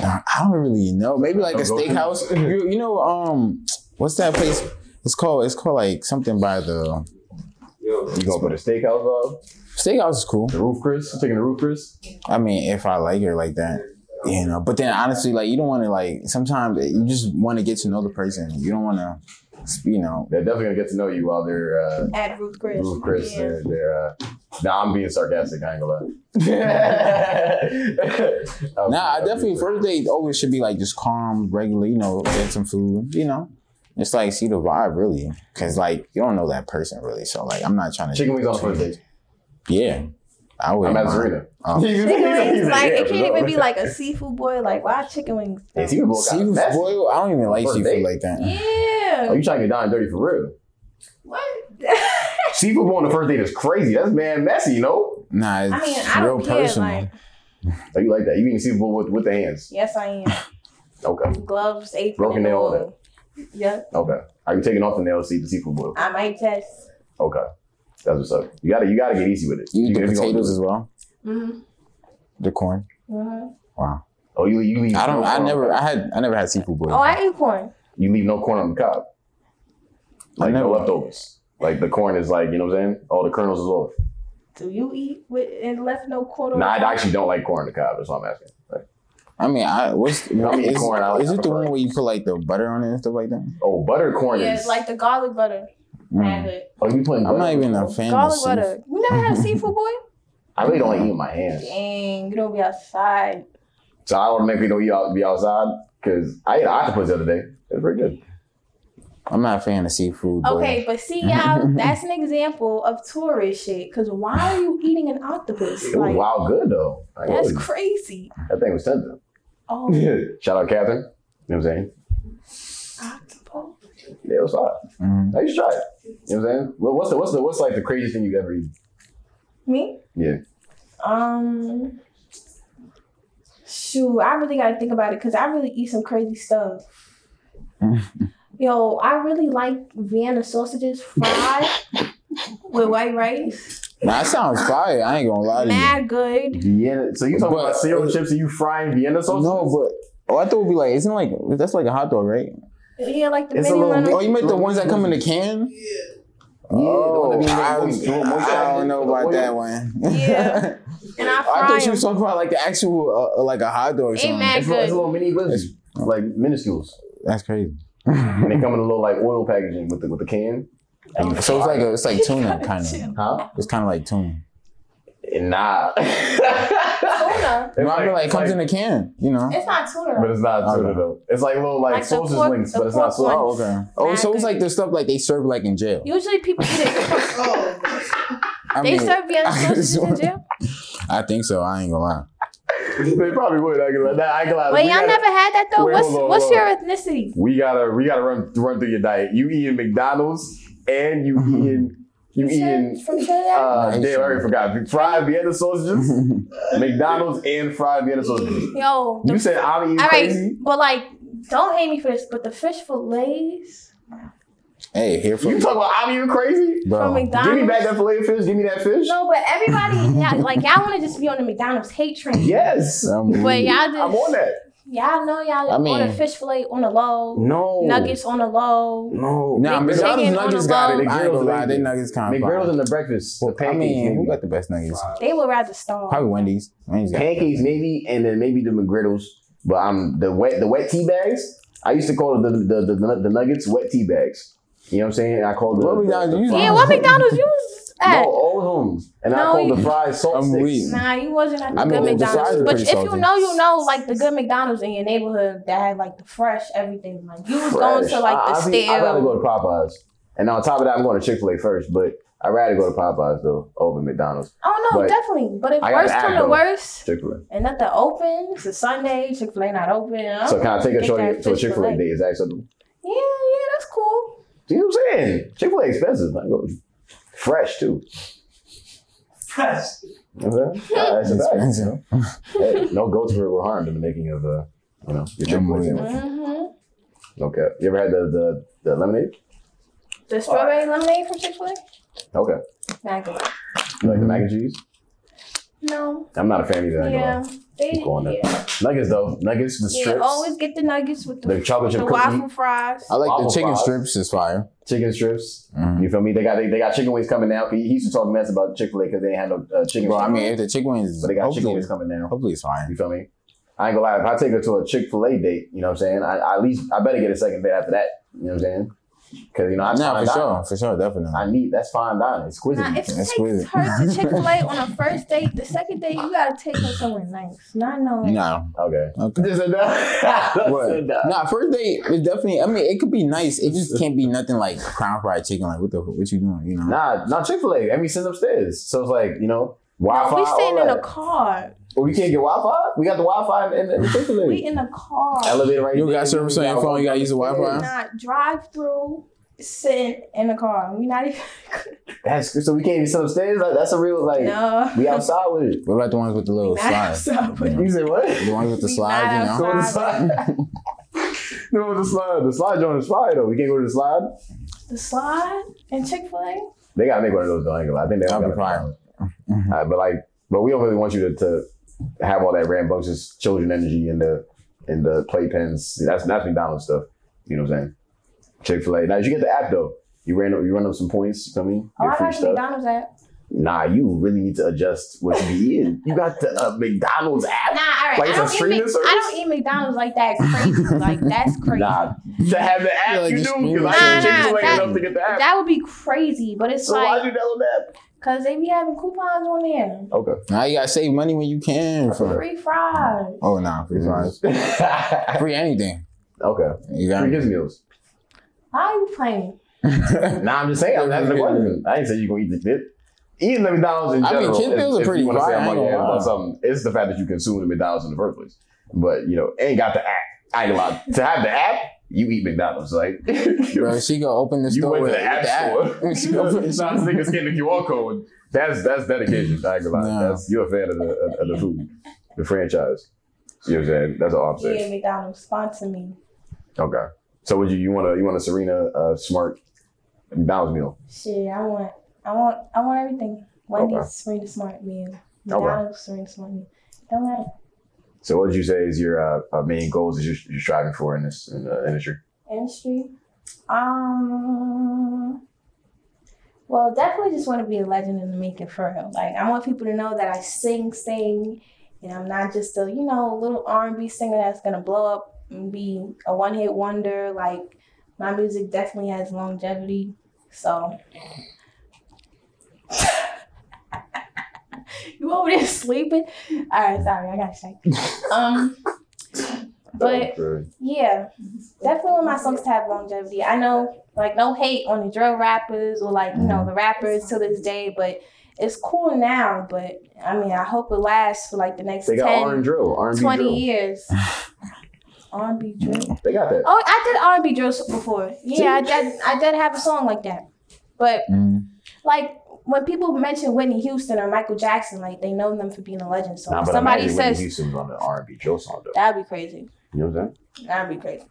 [SPEAKER 3] I don't really know. Maybe like a
[SPEAKER 1] Don't go too much.
[SPEAKER 3] steakhouse. You, you know, um, what's that place? It's called. It's called like something by the
[SPEAKER 1] You gonna put a steakhouse up?
[SPEAKER 3] steakhouse is cool.
[SPEAKER 1] The roof, Chris? You taking the roof, Chris?
[SPEAKER 3] I mean, if I like her like that, you know. But then honestly, like you don't want to like. Sometimes you just want to get to know the person. You don't want to, you know.
[SPEAKER 1] They're definitely gonna get to know you while they're uh,
[SPEAKER 2] At Ruth Chris.
[SPEAKER 1] Ooh, Chris,
[SPEAKER 2] Yeah.
[SPEAKER 1] they're, they're, uh, nah, I'm being sarcastic. I ain't gonna <laughs>
[SPEAKER 2] <laughs>
[SPEAKER 1] lie.
[SPEAKER 3] Nah, I definitely first date always should be like just calm, regular. You know, get some food. You know, just like see the vibe really, because like you don't know that person really. So like, I'm not trying to
[SPEAKER 1] Chicken wings on the first date.
[SPEAKER 3] Yeah, I would.
[SPEAKER 1] I'm at Serena.
[SPEAKER 2] <laughs>
[SPEAKER 3] Oh.
[SPEAKER 2] Chicken wings, like it can't even be like a seafood boy. Like why chicken wings?
[SPEAKER 1] <laughs> Yeah,
[SPEAKER 2] though?
[SPEAKER 1] seafood bowl got
[SPEAKER 3] Seafood
[SPEAKER 1] messy.
[SPEAKER 3] boil? I don't even like
[SPEAKER 1] First
[SPEAKER 3] seafood
[SPEAKER 1] date.
[SPEAKER 3] like that.
[SPEAKER 1] Oh,
[SPEAKER 2] Yeah.
[SPEAKER 1] you trying to get down and dirty for
[SPEAKER 2] <laughs>
[SPEAKER 1] real?
[SPEAKER 2] What?
[SPEAKER 1] Seafood bowl on the first date is crazy. That's man messy, no?
[SPEAKER 3] Nah, it's
[SPEAKER 2] I mean, I
[SPEAKER 3] real
[SPEAKER 2] don't care.
[SPEAKER 3] personal.
[SPEAKER 2] Like
[SPEAKER 1] So Oh, you like that? You eating seafood bowl with, with the hands?
[SPEAKER 2] yes, I
[SPEAKER 1] Okay,
[SPEAKER 2] am. Gloves, apron,
[SPEAKER 1] Broken
[SPEAKER 2] and
[SPEAKER 1] nail, all
[SPEAKER 2] all. Yep.
[SPEAKER 1] okay. Are you taking off the nails to eat the seafood bowl?
[SPEAKER 2] I might test.
[SPEAKER 1] Okay, that's what's up. You gotta you gotta get easy with it.
[SPEAKER 3] You eat the
[SPEAKER 1] if gonna do
[SPEAKER 3] potatoes
[SPEAKER 1] it.
[SPEAKER 3] as well,
[SPEAKER 2] Mm-hmm.
[SPEAKER 3] the corn.
[SPEAKER 2] Mm-hmm.
[SPEAKER 3] Wow.
[SPEAKER 1] Oh, you you leave.
[SPEAKER 3] I don't.
[SPEAKER 1] no
[SPEAKER 3] I
[SPEAKER 1] corn on
[SPEAKER 3] never.
[SPEAKER 1] the
[SPEAKER 3] I
[SPEAKER 1] cob.
[SPEAKER 3] had. I never had seafood boil.
[SPEAKER 2] Oh, I eat corn.
[SPEAKER 1] You leave no corn on the cob. Like
[SPEAKER 3] never-
[SPEAKER 1] no leftovers. Like the corn is like you know what I'm saying. All the kernels is off.
[SPEAKER 2] Do you eat with and left no quarter?
[SPEAKER 1] Nah, I actually don't like corn on the cob. That's what I'm asking. Like,
[SPEAKER 3] I mean, I what's
[SPEAKER 1] I mean,
[SPEAKER 3] is,
[SPEAKER 1] corn, I like-
[SPEAKER 3] is
[SPEAKER 1] I
[SPEAKER 3] it the
[SPEAKER 1] prefer
[SPEAKER 3] one
[SPEAKER 1] it.
[SPEAKER 3] where you put like the butter on it and stuff like that?
[SPEAKER 1] oh, butter corn
[SPEAKER 2] Yeah,
[SPEAKER 1] is
[SPEAKER 2] like the garlic butter. Have
[SPEAKER 3] Mm.
[SPEAKER 2] it.
[SPEAKER 1] Oh, you putting?
[SPEAKER 3] I'm
[SPEAKER 1] butter
[SPEAKER 3] not
[SPEAKER 1] on
[SPEAKER 3] even
[SPEAKER 1] it?
[SPEAKER 3] a fan of
[SPEAKER 2] Garlic
[SPEAKER 3] seafood.
[SPEAKER 2] butter. You never
[SPEAKER 1] <laughs>
[SPEAKER 2] had seafood boy?
[SPEAKER 1] I really don't like eating my hands.
[SPEAKER 2] Dang, you don't be outside.
[SPEAKER 1] So I automatically don't eat out, be outside because I ate an octopus the other day. It's pretty good.
[SPEAKER 3] I'm not a fan of seafood. boil.
[SPEAKER 2] Okay, but see y'all, that's an example of tourist shit. Cause why are you eating an
[SPEAKER 1] <laughs>
[SPEAKER 2] octopus?
[SPEAKER 1] It was
[SPEAKER 2] Like
[SPEAKER 1] wild good though. Like, it
[SPEAKER 2] that's
[SPEAKER 1] was-
[SPEAKER 2] crazy.
[SPEAKER 1] that thing was tender.
[SPEAKER 2] Oh,
[SPEAKER 1] Shout out Catherine. You know what I'm saying?
[SPEAKER 2] octopus.
[SPEAKER 1] Yeah, it was hot.
[SPEAKER 3] Mhm.
[SPEAKER 1] I used to try it. You know what I'm saying? What- What's the what's the what's like the craziest thing you've ever eaten?
[SPEAKER 2] Me?
[SPEAKER 1] Yeah.
[SPEAKER 2] Um. Shoot, I really gotta think about it because I really eat some
[SPEAKER 1] <laughs>
[SPEAKER 2] crazy stuff. Yo, I really like Vienna sausages fried with white rice.
[SPEAKER 3] Nah, that sounds fire. I ain't gonna
[SPEAKER 1] Oh,
[SPEAKER 3] lie to you.
[SPEAKER 2] Mad good.
[SPEAKER 1] Vienna. So you talking
[SPEAKER 3] But-
[SPEAKER 1] about cereal chips and you frying Vienna sauce?
[SPEAKER 3] No, but oh, I thought it'd be like isn't it like that's like a hot dog, right?
[SPEAKER 2] Mm-hmm. Yeah, like the
[SPEAKER 1] It's a
[SPEAKER 2] mini
[SPEAKER 1] little
[SPEAKER 2] one.
[SPEAKER 1] bit-
[SPEAKER 3] Oh, you meant the ones that come in the can? Oh,
[SPEAKER 1] Yeah, the one that be
[SPEAKER 3] I,
[SPEAKER 1] like
[SPEAKER 3] was-
[SPEAKER 1] moist- moist
[SPEAKER 3] I don't
[SPEAKER 1] action.
[SPEAKER 3] know about that one.
[SPEAKER 2] Yeah. And I
[SPEAKER 3] <laughs> I
[SPEAKER 2] fry
[SPEAKER 3] thought you
[SPEAKER 2] 'em.
[SPEAKER 3] was talking about like the actual, uh, like a hot dog. Or
[SPEAKER 2] Ain't
[SPEAKER 3] something.
[SPEAKER 2] mad.
[SPEAKER 1] It's, a- it's a little mini
[SPEAKER 3] It's-
[SPEAKER 1] blizzard, like minuscules,
[SPEAKER 3] That's crazy.
[SPEAKER 1] and they come in a little like oil packaging with the with the can. And you
[SPEAKER 3] <laughs> so it's
[SPEAKER 1] fry
[SPEAKER 3] like
[SPEAKER 1] it.
[SPEAKER 3] a, it's like tuna kind
[SPEAKER 2] Chill.
[SPEAKER 3] of.
[SPEAKER 1] huh?
[SPEAKER 3] It's kind of like tuna.
[SPEAKER 1] <laughs> Nah.
[SPEAKER 2] Tuna.
[SPEAKER 3] No, I mean, like it comes in a can, you know.
[SPEAKER 2] It's not tuna.
[SPEAKER 1] But it's not tuna
[SPEAKER 3] Okay.
[SPEAKER 1] though. It's like little like,
[SPEAKER 2] Like the
[SPEAKER 1] sausage
[SPEAKER 2] pork-
[SPEAKER 1] links,
[SPEAKER 2] the
[SPEAKER 1] but it's not
[SPEAKER 2] pork
[SPEAKER 1] sausage.
[SPEAKER 2] one.
[SPEAKER 3] Oh, okay. Oh, so it's like the stuff like they serve like in jail.
[SPEAKER 2] Usually
[SPEAKER 1] <laughs>
[SPEAKER 2] people eat it.
[SPEAKER 3] I
[SPEAKER 2] they
[SPEAKER 3] mean,
[SPEAKER 2] serve Vienna
[SPEAKER 3] I
[SPEAKER 2] sausages in
[SPEAKER 3] swear.
[SPEAKER 2] jail.
[SPEAKER 3] I think so. I ain't gonna lie.
[SPEAKER 1] Oh, <laughs> they probably would. I can lie. I can lie.
[SPEAKER 2] Wait,
[SPEAKER 1] We
[SPEAKER 2] y'all
[SPEAKER 1] gotta-
[SPEAKER 2] never had that though.
[SPEAKER 1] Wait,
[SPEAKER 2] what's
[SPEAKER 1] hold on,
[SPEAKER 2] what's
[SPEAKER 1] hold
[SPEAKER 2] your
[SPEAKER 1] on.
[SPEAKER 2] ethnicity?
[SPEAKER 1] We gotta we gotta run run through your diet. You eating McDonald's and you eating you eating
[SPEAKER 2] from Trinidad?
[SPEAKER 1] uh
[SPEAKER 3] Nice.
[SPEAKER 1] damn, I already forgot. Fried Vienna sausages, McDonald's and fried Vienna sausages.
[SPEAKER 2] Yo, the
[SPEAKER 1] You said I'm eating
[SPEAKER 2] All right,
[SPEAKER 1] crazy.
[SPEAKER 2] but like, don't hate me for this, but the fish fillets
[SPEAKER 3] <laughs> Hey, here for
[SPEAKER 1] You talking about I'm eating crazy?
[SPEAKER 2] from
[SPEAKER 3] bro.
[SPEAKER 1] Give me
[SPEAKER 2] McDonald's.
[SPEAKER 1] back that fillet of fish. Give me that fish.
[SPEAKER 2] No, but
[SPEAKER 1] <laughs>
[SPEAKER 2] everybody, yeah, like y'all want to just be on the McDonald's hate train.
[SPEAKER 1] Yes,
[SPEAKER 3] Um,
[SPEAKER 2] But y'all just,
[SPEAKER 1] I'm on that.
[SPEAKER 2] y'all know y'all
[SPEAKER 3] I
[SPEAKER 2] on a
[SPEAKER 3] mean-
[SPEAKER 2] fish fillet on the low,
[SPEAKER 1] No
[SPEAKER 2] nuggets on the low.
[SPEAKER 1] No,
[SPEAKER 3] Nah,
[SPEAKER 2] Big
[SPEAKER 3] McDonald's
[SPEAKER 2] chicken on
[SPEAKER 3] nuggets
[SPEAKER 2] the
[SPEAKER 3] got
[SPEAKER 2] bone.
[SPEAKER 3] it. I ain't gonna lie, they nuggets kind of
[SPEAKER 1] McDonald's
[SPEAKER 3] fire.
[SPEAKER 1] and the breakfast, the
[SPEAKER 3] I
[SPEAKER 1] pancakes,
[SPEAKER 3] mean, who
[SPEAKER 1] maybe.
[SPEAKER 3] got the best nuggets?
[SPEAKER 2] They would rather starve.
[SPEAKER 3] Probably Wendy's. Wendy's got
[SPEAKER 1] pancakes maybe, and then maybe the McGriddles. But I'm the wet the wet tea bags. I used to call the the the, the, the nuggets wet tea bags. You know what I'm saying? I called the,
[SPEAKER 3] What
[SPEAKER 1] the,
[SPEAKER 3] McDonald's
[SPEAKER 1] the
[SPEAKER 3] you
[SPEAKER 1] fries.
[SPEAKER 2] yeah, what McDonald's use
[SPEAKER 1] No,
[SPEAKER 2] at?
[SPEAKER 1] all of them, and I
[SPEAKER 2] No,
[SPEAKER 1] called
[SPEAKER 2] you-
[SPEAKER 1] the fries salt
[SPEAKER 3] I'm
[SPEAKER 1] sticks.
[SPEAKER 3] weak.
[SPEAKER 2] Nah, you wasn't at the
[SPEAKER 3] I
[SPEAKER 2] good
[SPEAKER 3] mean, the fries
[SPEAKER 2] McDonald's.
[SPEAKER 3] are
[SPEAKER 2] But
[SPEAKER 3] pretty
[SPEAKER 2] if you
[SPEAKER 3] salty.
[SPEAKER 2] know, you know, like the good McDonald's in your neighborhood that had like the fresh everything. Like you was going
[SPEAKER 1] Fresh.
[SPEAKER 2] to like the
[SPEAKER 1] I, honestly, I'd rather
[SPEAKER 2] stale.
[SPEAKER 1] go to Popeyes, and on top of that, I'm going to Chick Fil A first. But I'd rather go to Popeyes though over McDonald's.
[SPEAKER 2] Oh no,
[SPEAKER 1] but
[SPEAKER 2] definitely. But if
[SPEAKER 1] I gotta
[SPEAKER 2] worse
[SPEAKER 1] add
[SPEAKER 2] come to
[SPEAKER 1] though.
[SPEAKER 2] worse,
[SPEAKER 1] Chick Fil A.
[SPEAKER 2] and nothing open. It's a Sunday. Chick Fil A not open. I
[SPEAKER 1] So
[SPEAKER 2] don't
[SPEAKER 1] can I take a
[SPEAKER 2] think
[SPEAKER 1] shorty
[SPEAKER 2] that
[SPEAKER 1] to a
[SPEAKER 2] fits
[SPEAKER 1] Chick Fil A
[SPEAKER 2] Filet.
[SPEAKER 1] day? Is that acceptable?
[SPEAKER 2] Yeah, yeah, that's cool.
[SPEAKER 1] You know what I'm saying? Chick Fil A expensive. I go fresh too. You know what I'm saying? That's a fact.
[SPEAKER 3] expensive.
[SPEAKER 1] hey, no goats were, were harmed in the making of uh, you know, your Chick-fil-A
[SPEAKER 3] Yeah.
[SPEAKER 1] sandwich.
[SPEAKER 2] hmm
[SPEAKER 1] Okay. You ever had the the, the lemonade?
[SPEAKER 2] The strawberry lemonade from Chick Fil A.
[SPEAKER 1] Okay.
[SPEAKER 2] Maggie.
[SPEAKER 1] You
[SPEAKER 3] Mm-hmm.
[SPEAKER 1] like the mac and cheese?
[SPEAKER 2] No.
[SPEAKER 1] I'm not a fan either. I ain't gonna
[SPEAKER 2] Yeah.
[SPEAKER 1] lie.
[SPEAKER 2] They,
[SPEAKER 1] Keep going there.
[SPEAKER 2] yeah.
[SPEAKER 1] Nuggets though. Nuggets, the
[SPEAKER 2] yeah.
[SPEAKER 1] strips,
[SPEAKER 2] Always get the nuggets with
[SPEAKER 1] the
[SPEAKER 2] the,
[SPEAKER 1] chocolate
[SPEAKER 2] the
[SPEAKER 1] chip
[SPEAKER 2] waffle
[SPEAKER 1] cookie,
[SPEAKER 2] fries.
[SPEAKER 3] I like
[SPEAKER 1] Waffle
[SPEAKER 3] the chicken
[SPEAKER 1] fries.
[SPEAKER 3] strips is fire.
[SPEAKER 1] chicken strips.
[SPEAKER 3] Mhm.
[SPEAKER 1] You feel me? They got they, they got chicken wings coming now. He, he used to talk mess about Chick Fil A because they ain't had no uh, chicken.
[SPEAKER 3] Bro, I
[SPEAKER 1] strips.
[SPEAKER 3] mean, if the chicken wings,
[SPEAKER 1] but they got chicken
[SPEAKER 3] hopefully,
[SPEAKER 1] wings coming now.
[SPEAKER 3] hopefully it's fine.
[SPEAKER 1] You feel me? I ain't gonna lie. If I take her to a Chick Fil A date, you know what I'm saying? I, I at least I better get a second date after that. You know what I'm saying? Because you know I
[SPEAKER 3] Nah,
[SPEAKER 1] find
[SPEAKER 3] for
[SPEAKER 1] out-
[SPEAKER 3] sure, for sure, definitely.
[SPEAKER 1] I need that's fine dining. Exquisite.
[SPEAKER 2] Now, if you
[SPEAKER 3] That's
[SPEAKER 2] take
[SPEAKER 3] weird.
[SPEAKER 2] her to Chick Fil A on a first date, the second date you gotta take her somewhere nice. Not knowing.
[SPEAKER 3] No,
[SPEAKER 1] okay.
[SPEAKER 3] okay.
[SPEAKER 1] <laughs> Just enough.
[SPEAKER 3] What? Nah, first date is definitely. I mean, it could be nice. It just can't be nothing like crown fried chicken. Like, what the what you doing? You know.
[SPEAKER 1] Nah, not Chick Fil A. Emmy sends upstairs, so it's like you know Wi Fi.
[SPEAKER 2] we sitting in a car.
[SPEAKER 1] Well, we can't get Wi Fi? We got the Wi Fi in, in the
[SPEAKER 2] We
[SPEAKER 1] facility.
[SPEAKER 2] in a car.
[SPEAKER 1] Elevator right
[SPEAKER 3] You
[SPEAKER 1] there.
[SPEAKER 3] got service on your phone, you gotta use the Wi-Fi?
[SPEAKER 2] We're not drive through. Sitting in the car. We not even.
[SPEAKER 1] That's, so we can't even sit upstairs? Like, that's a real, like,
[SPEAKER 2] no.
[SPEAKER 1] we outside with it.
[SPEAKER 3] What about the ones with the
[SPEAKER 2] <laughs>
[SPEAKER 3] little
[SPEAKER 2] We not <laughs>
[SPEAKER 3] slides?
[SPEAKER 2] outside with
[SPEAKER 1] You said what?
[SPEAKER 3] The ones with the
[SPEAKER 2] We
[SPEAKER 3] slides,
[SPEAKER 2] not
[SPEAKER 3] you
[SPEAKER 1] Go
[SPEAKER 3] know?
[SPEAKER 1] to the slide. <laughs> no, the slide. The slide joint is fire though. We can't go to the slide.
[SPEAKER 2] The slide and Oh, Chick Fil A.
[SPEAKER 1] They gotta make one of those though. I ain't gonna lie. I think they
[SPEAKER 3] That'd
[SPEAKER 1] all
[SPEAKER 3] be
[SPEAKER 1] gotta-
[SPEAKER 3] fire.
[SPEAKER 1] Uh, but like, but we don't really want you to, to have all that rambunctious children energy in the in the playpens. That's that's McDonald's stuff. You know what I'm saying? Chick Fil A. Now you get the app though. You ran up, you run up some points. You know what I mean?
[SPEAKER 2] Oh,
[SPEAKER 1] Get
[SPEAKER 2] I
[SPEAKER 1] free
[SPEAKER 2] got the McDonald's app.
[SPEAKER 1] Nah, you really need to adjust what you be eating. You got the uh, McDonald's
[SPEAKER 2] Nah,
[SPEAKER 1] app.
[SPEAKER 2] all right.
[SPEAKER 1] Like
[SPEAKER 2] I,
[SPEAKER 1] it's a
[SPEAKER 2] don't
[SPEAKER 1] streaming
[SPEAKER 2] eat, Mc-
[SPEAKER 1] service?
[SPEAKER 2] I don't eat McDonald's like that. Crazy. <laughs> like that's crazy.
[SPEAKER 1] Nah, to have the app
[SPEAKER 3] Yeah, like
[SPEAKER 1] you
[SPEAKER 3] the
[SPEAKER 1] do
[SPEAKER 3] streaming
[SPEAKER 1] because I
[SPEAKER 2] service.
[SPEAKER 1] did Chick Fil A
[SPEAKER 2] Nah,
[SPEAKER 1] enough to get the app.
[SPEAKER 2] That would be crazy, but it's
[SPEAKER 1] so why
[SPEAKER 2] like
[SPEAKER 1] do that with
[SPEAKER 2] because they be having coupons on there.
[SPEAKER 1] that? Okay.
[SPEAKER 3] Now you gotta save money when you can for
[SPEAKER 2] Free fries.
[SPEAKER 3] Oh nah,
[SPEAKER 1] <laughs>
[SPEAKER 3] free fries.
[SPEAKER 1] okay.
[SPEAKER 3] Free anything. You got
[SPEAKER 1] Free
[SPEAKER 3] me?
[SPEAKER 1] his meals.
[SPEAKER 2] Why are you playing?
[SPEAKER 1] <laughs> Nah, I'm just saying. I'm asking the question. I ain't say you gonna eat the dip. Eating the McDonald's in
[SPEAKER 3] I mean,
[SPEAKER 1] general.
[SPEAKER 3] kid meals are
[SPEAKER 1] if,
[SPEAKER 3] pretty
[SPEAKER 1] if you wanna
[SPEAKER 3] fire,
[SPEAKER 1] say
[SPEAKER 3] I
[SPEAKER 1] I'm
[SPEAKER 3] ain't
[SPEAKER 1] like,
[SPEAKER 3] gonna
[SPEAKER 1] yeah,
[SPEAKER 3] lie.
[SPEAKER 1] about something. It's the fact that you consume the McDonald's in the first place. But you know, ain't got the app. I ain't allowed to have the app. You eat McDonald's like <laughs>
[SPEAKER 3] <laughs> Bro,
[SPEAKER 1] you
[SPEAKER 3] she go open the store
[SPEAKER 1] went to
[SPEAKER 3] with
[SPEAKER 1] the app
[SPEAKER 3] <laughs>
[SPEAKER 1] store.
[SPEAKER 3] she go
[SPEAKER 1] Nah,
[SPEAKER 3] open the
[SPEAKER 1] <laughs> this niggas getting the QR code. That's that's dedication. I ain't gonna lie.
[SPEAKER 3] Nah.
[SPEAKER 1] That's, you're a fan of the of the food, the franchise. You know what I'm saying? That's all I'm saying.
[SPEAKER 2] Yeah, McDonald's sponsor me.
[SPEAKER 1] Okay. So would you you want to you want a Serena uh, Smart McDonald's meal?
[SPEAKER 2] Shit, I want, I want, I want everything. Wendy's
[SPEAKER 1] Okay.
[SPEAKER 2] Serena Smart meal. McDonald's Serena Smart meal. Don't matter.
[SPEAKER 1] So what would you say is your uh, uh, main goals that you're, you're striving for in this in, uh, industry?
[SPEAKER 2] Industry. Um. Well, definitely just want to be a legend in the making for real. Like I want people to know that I sing, sing, and I'm not just a you know little R&B singer that's gonna blow up and be a one-hit wonder. Like my music definitely has longevity. So. <laughs> You over there sleeping? All right, sorry, I got distracted. Um, but
[SPEAKER 1] Okay.
[SPEAKER 2] yeah, definitely want my songs to have longevity. I know, like, no hate on the drill rappers or like you know the rappers to this day, but it's cool now. But I mean, I hope it lasts for like the next
[SPEAKER 1] they got R and
[SPEAKER 2] 10,
[SPEAKER 1] drill, R and B
[SPEAKER 2] 20
[SPEAKER 1] drill. <laughs>
[SPEAKER 2] years. R&B drill.
[SPEAKER 1] They got that.
[SPEAKER 2] Oh, I did R&B drills before. Yeah, I did. I did have a song like that, but
[SPEAKER 1] Mm-hmm.
[SPEAKER 3] Mm.
[SPEAKER 2] like. When people mention Whitney Houston or Michael Jackson, like they know them for being a legend. So
[SPEAKER 1] Nah,
[SPEAKER 2] if
[SPEAKER 1] but
[SPEAKER 2] somebody
[SPEAKER 1] imagine Whitney
[SPEAKER 2] says
[SPEAKER 1] Houston was on the R and B drill song though.
[SPEAKER 2] that'd be crazy.
[SPEAKER 1] You know what I'm saying?
[SPEAKER 2] That'd be crazy.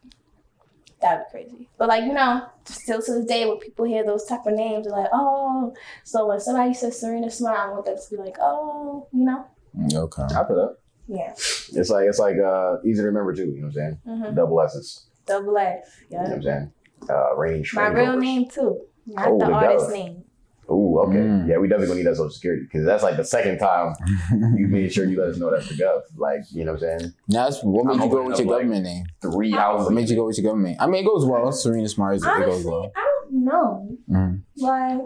[SPEAKER 2] That'd be crazy. But like you know, still to this day, when people hear those type of names, they're like, "Oh." So when somebody says Serena Smart, I want them to be like, "Oh," you know?
[SPEAKER 3] Okay.
[SPEAKER 1] <laughs> I feel that.
[SPEAKER 2] Yeah.
[SPEAKER 1] It's like it's like uh, easy to remember too. You know what I'm saying?
[SPEAKER 2] hmm
[SPEAKER 1] Double essence.
[SPEAKER 2] Double S.
[SPEAKER 1] You know
[SPEAKER 2] Yeah.
[SPEAKER 1] what I'm saying? Uh, range.
[SPEAKER 2] My
[SPEAKER 1] range
[SPEAKER 2] real
[SPEAKER 1] overs.
[SPEAKER 2] name too, not
[SPEAKER 1] Oh,
[SPEAKER 2] the
[SPEAKER 1] the
[SPEAKER 2] artist
[SPEAKER 1] Dallas.
[SPEAKER 2] name.
[SPEAKER 1] Ooh, okay.
[SPEAKER 3] Mm.
[SPEAKER 1] Yeah, we definitely gonna need that social security because that's like the second time you made sure you let us know that's the gov. Like, you know what I'm saying?
[SPEAKER 3] Now that's what
[SPEAKER 1] I'm
[SPEAKER 3] made you go
[SPEAKER 1] opening
[SPEAKER 3] with
[SPEAKER 1] up,
[SPEAKER 3] your
[SPEAKER 1] like-
[SPEAKER 3] government name?
[SPEAKER 1] Three
[SPEAKER 3] What
[SPEAKER 1] houses.
[SPEAKER 3] made you go with your government? I mean it goes well. Serena Smart is it goes
[SPEAKER 2] Honestly,
[SPEAKER 3] well.
[SPEAKER 2] I don't know.
[SPEAKER 3] Mm.
[SPEAKER 2] Like,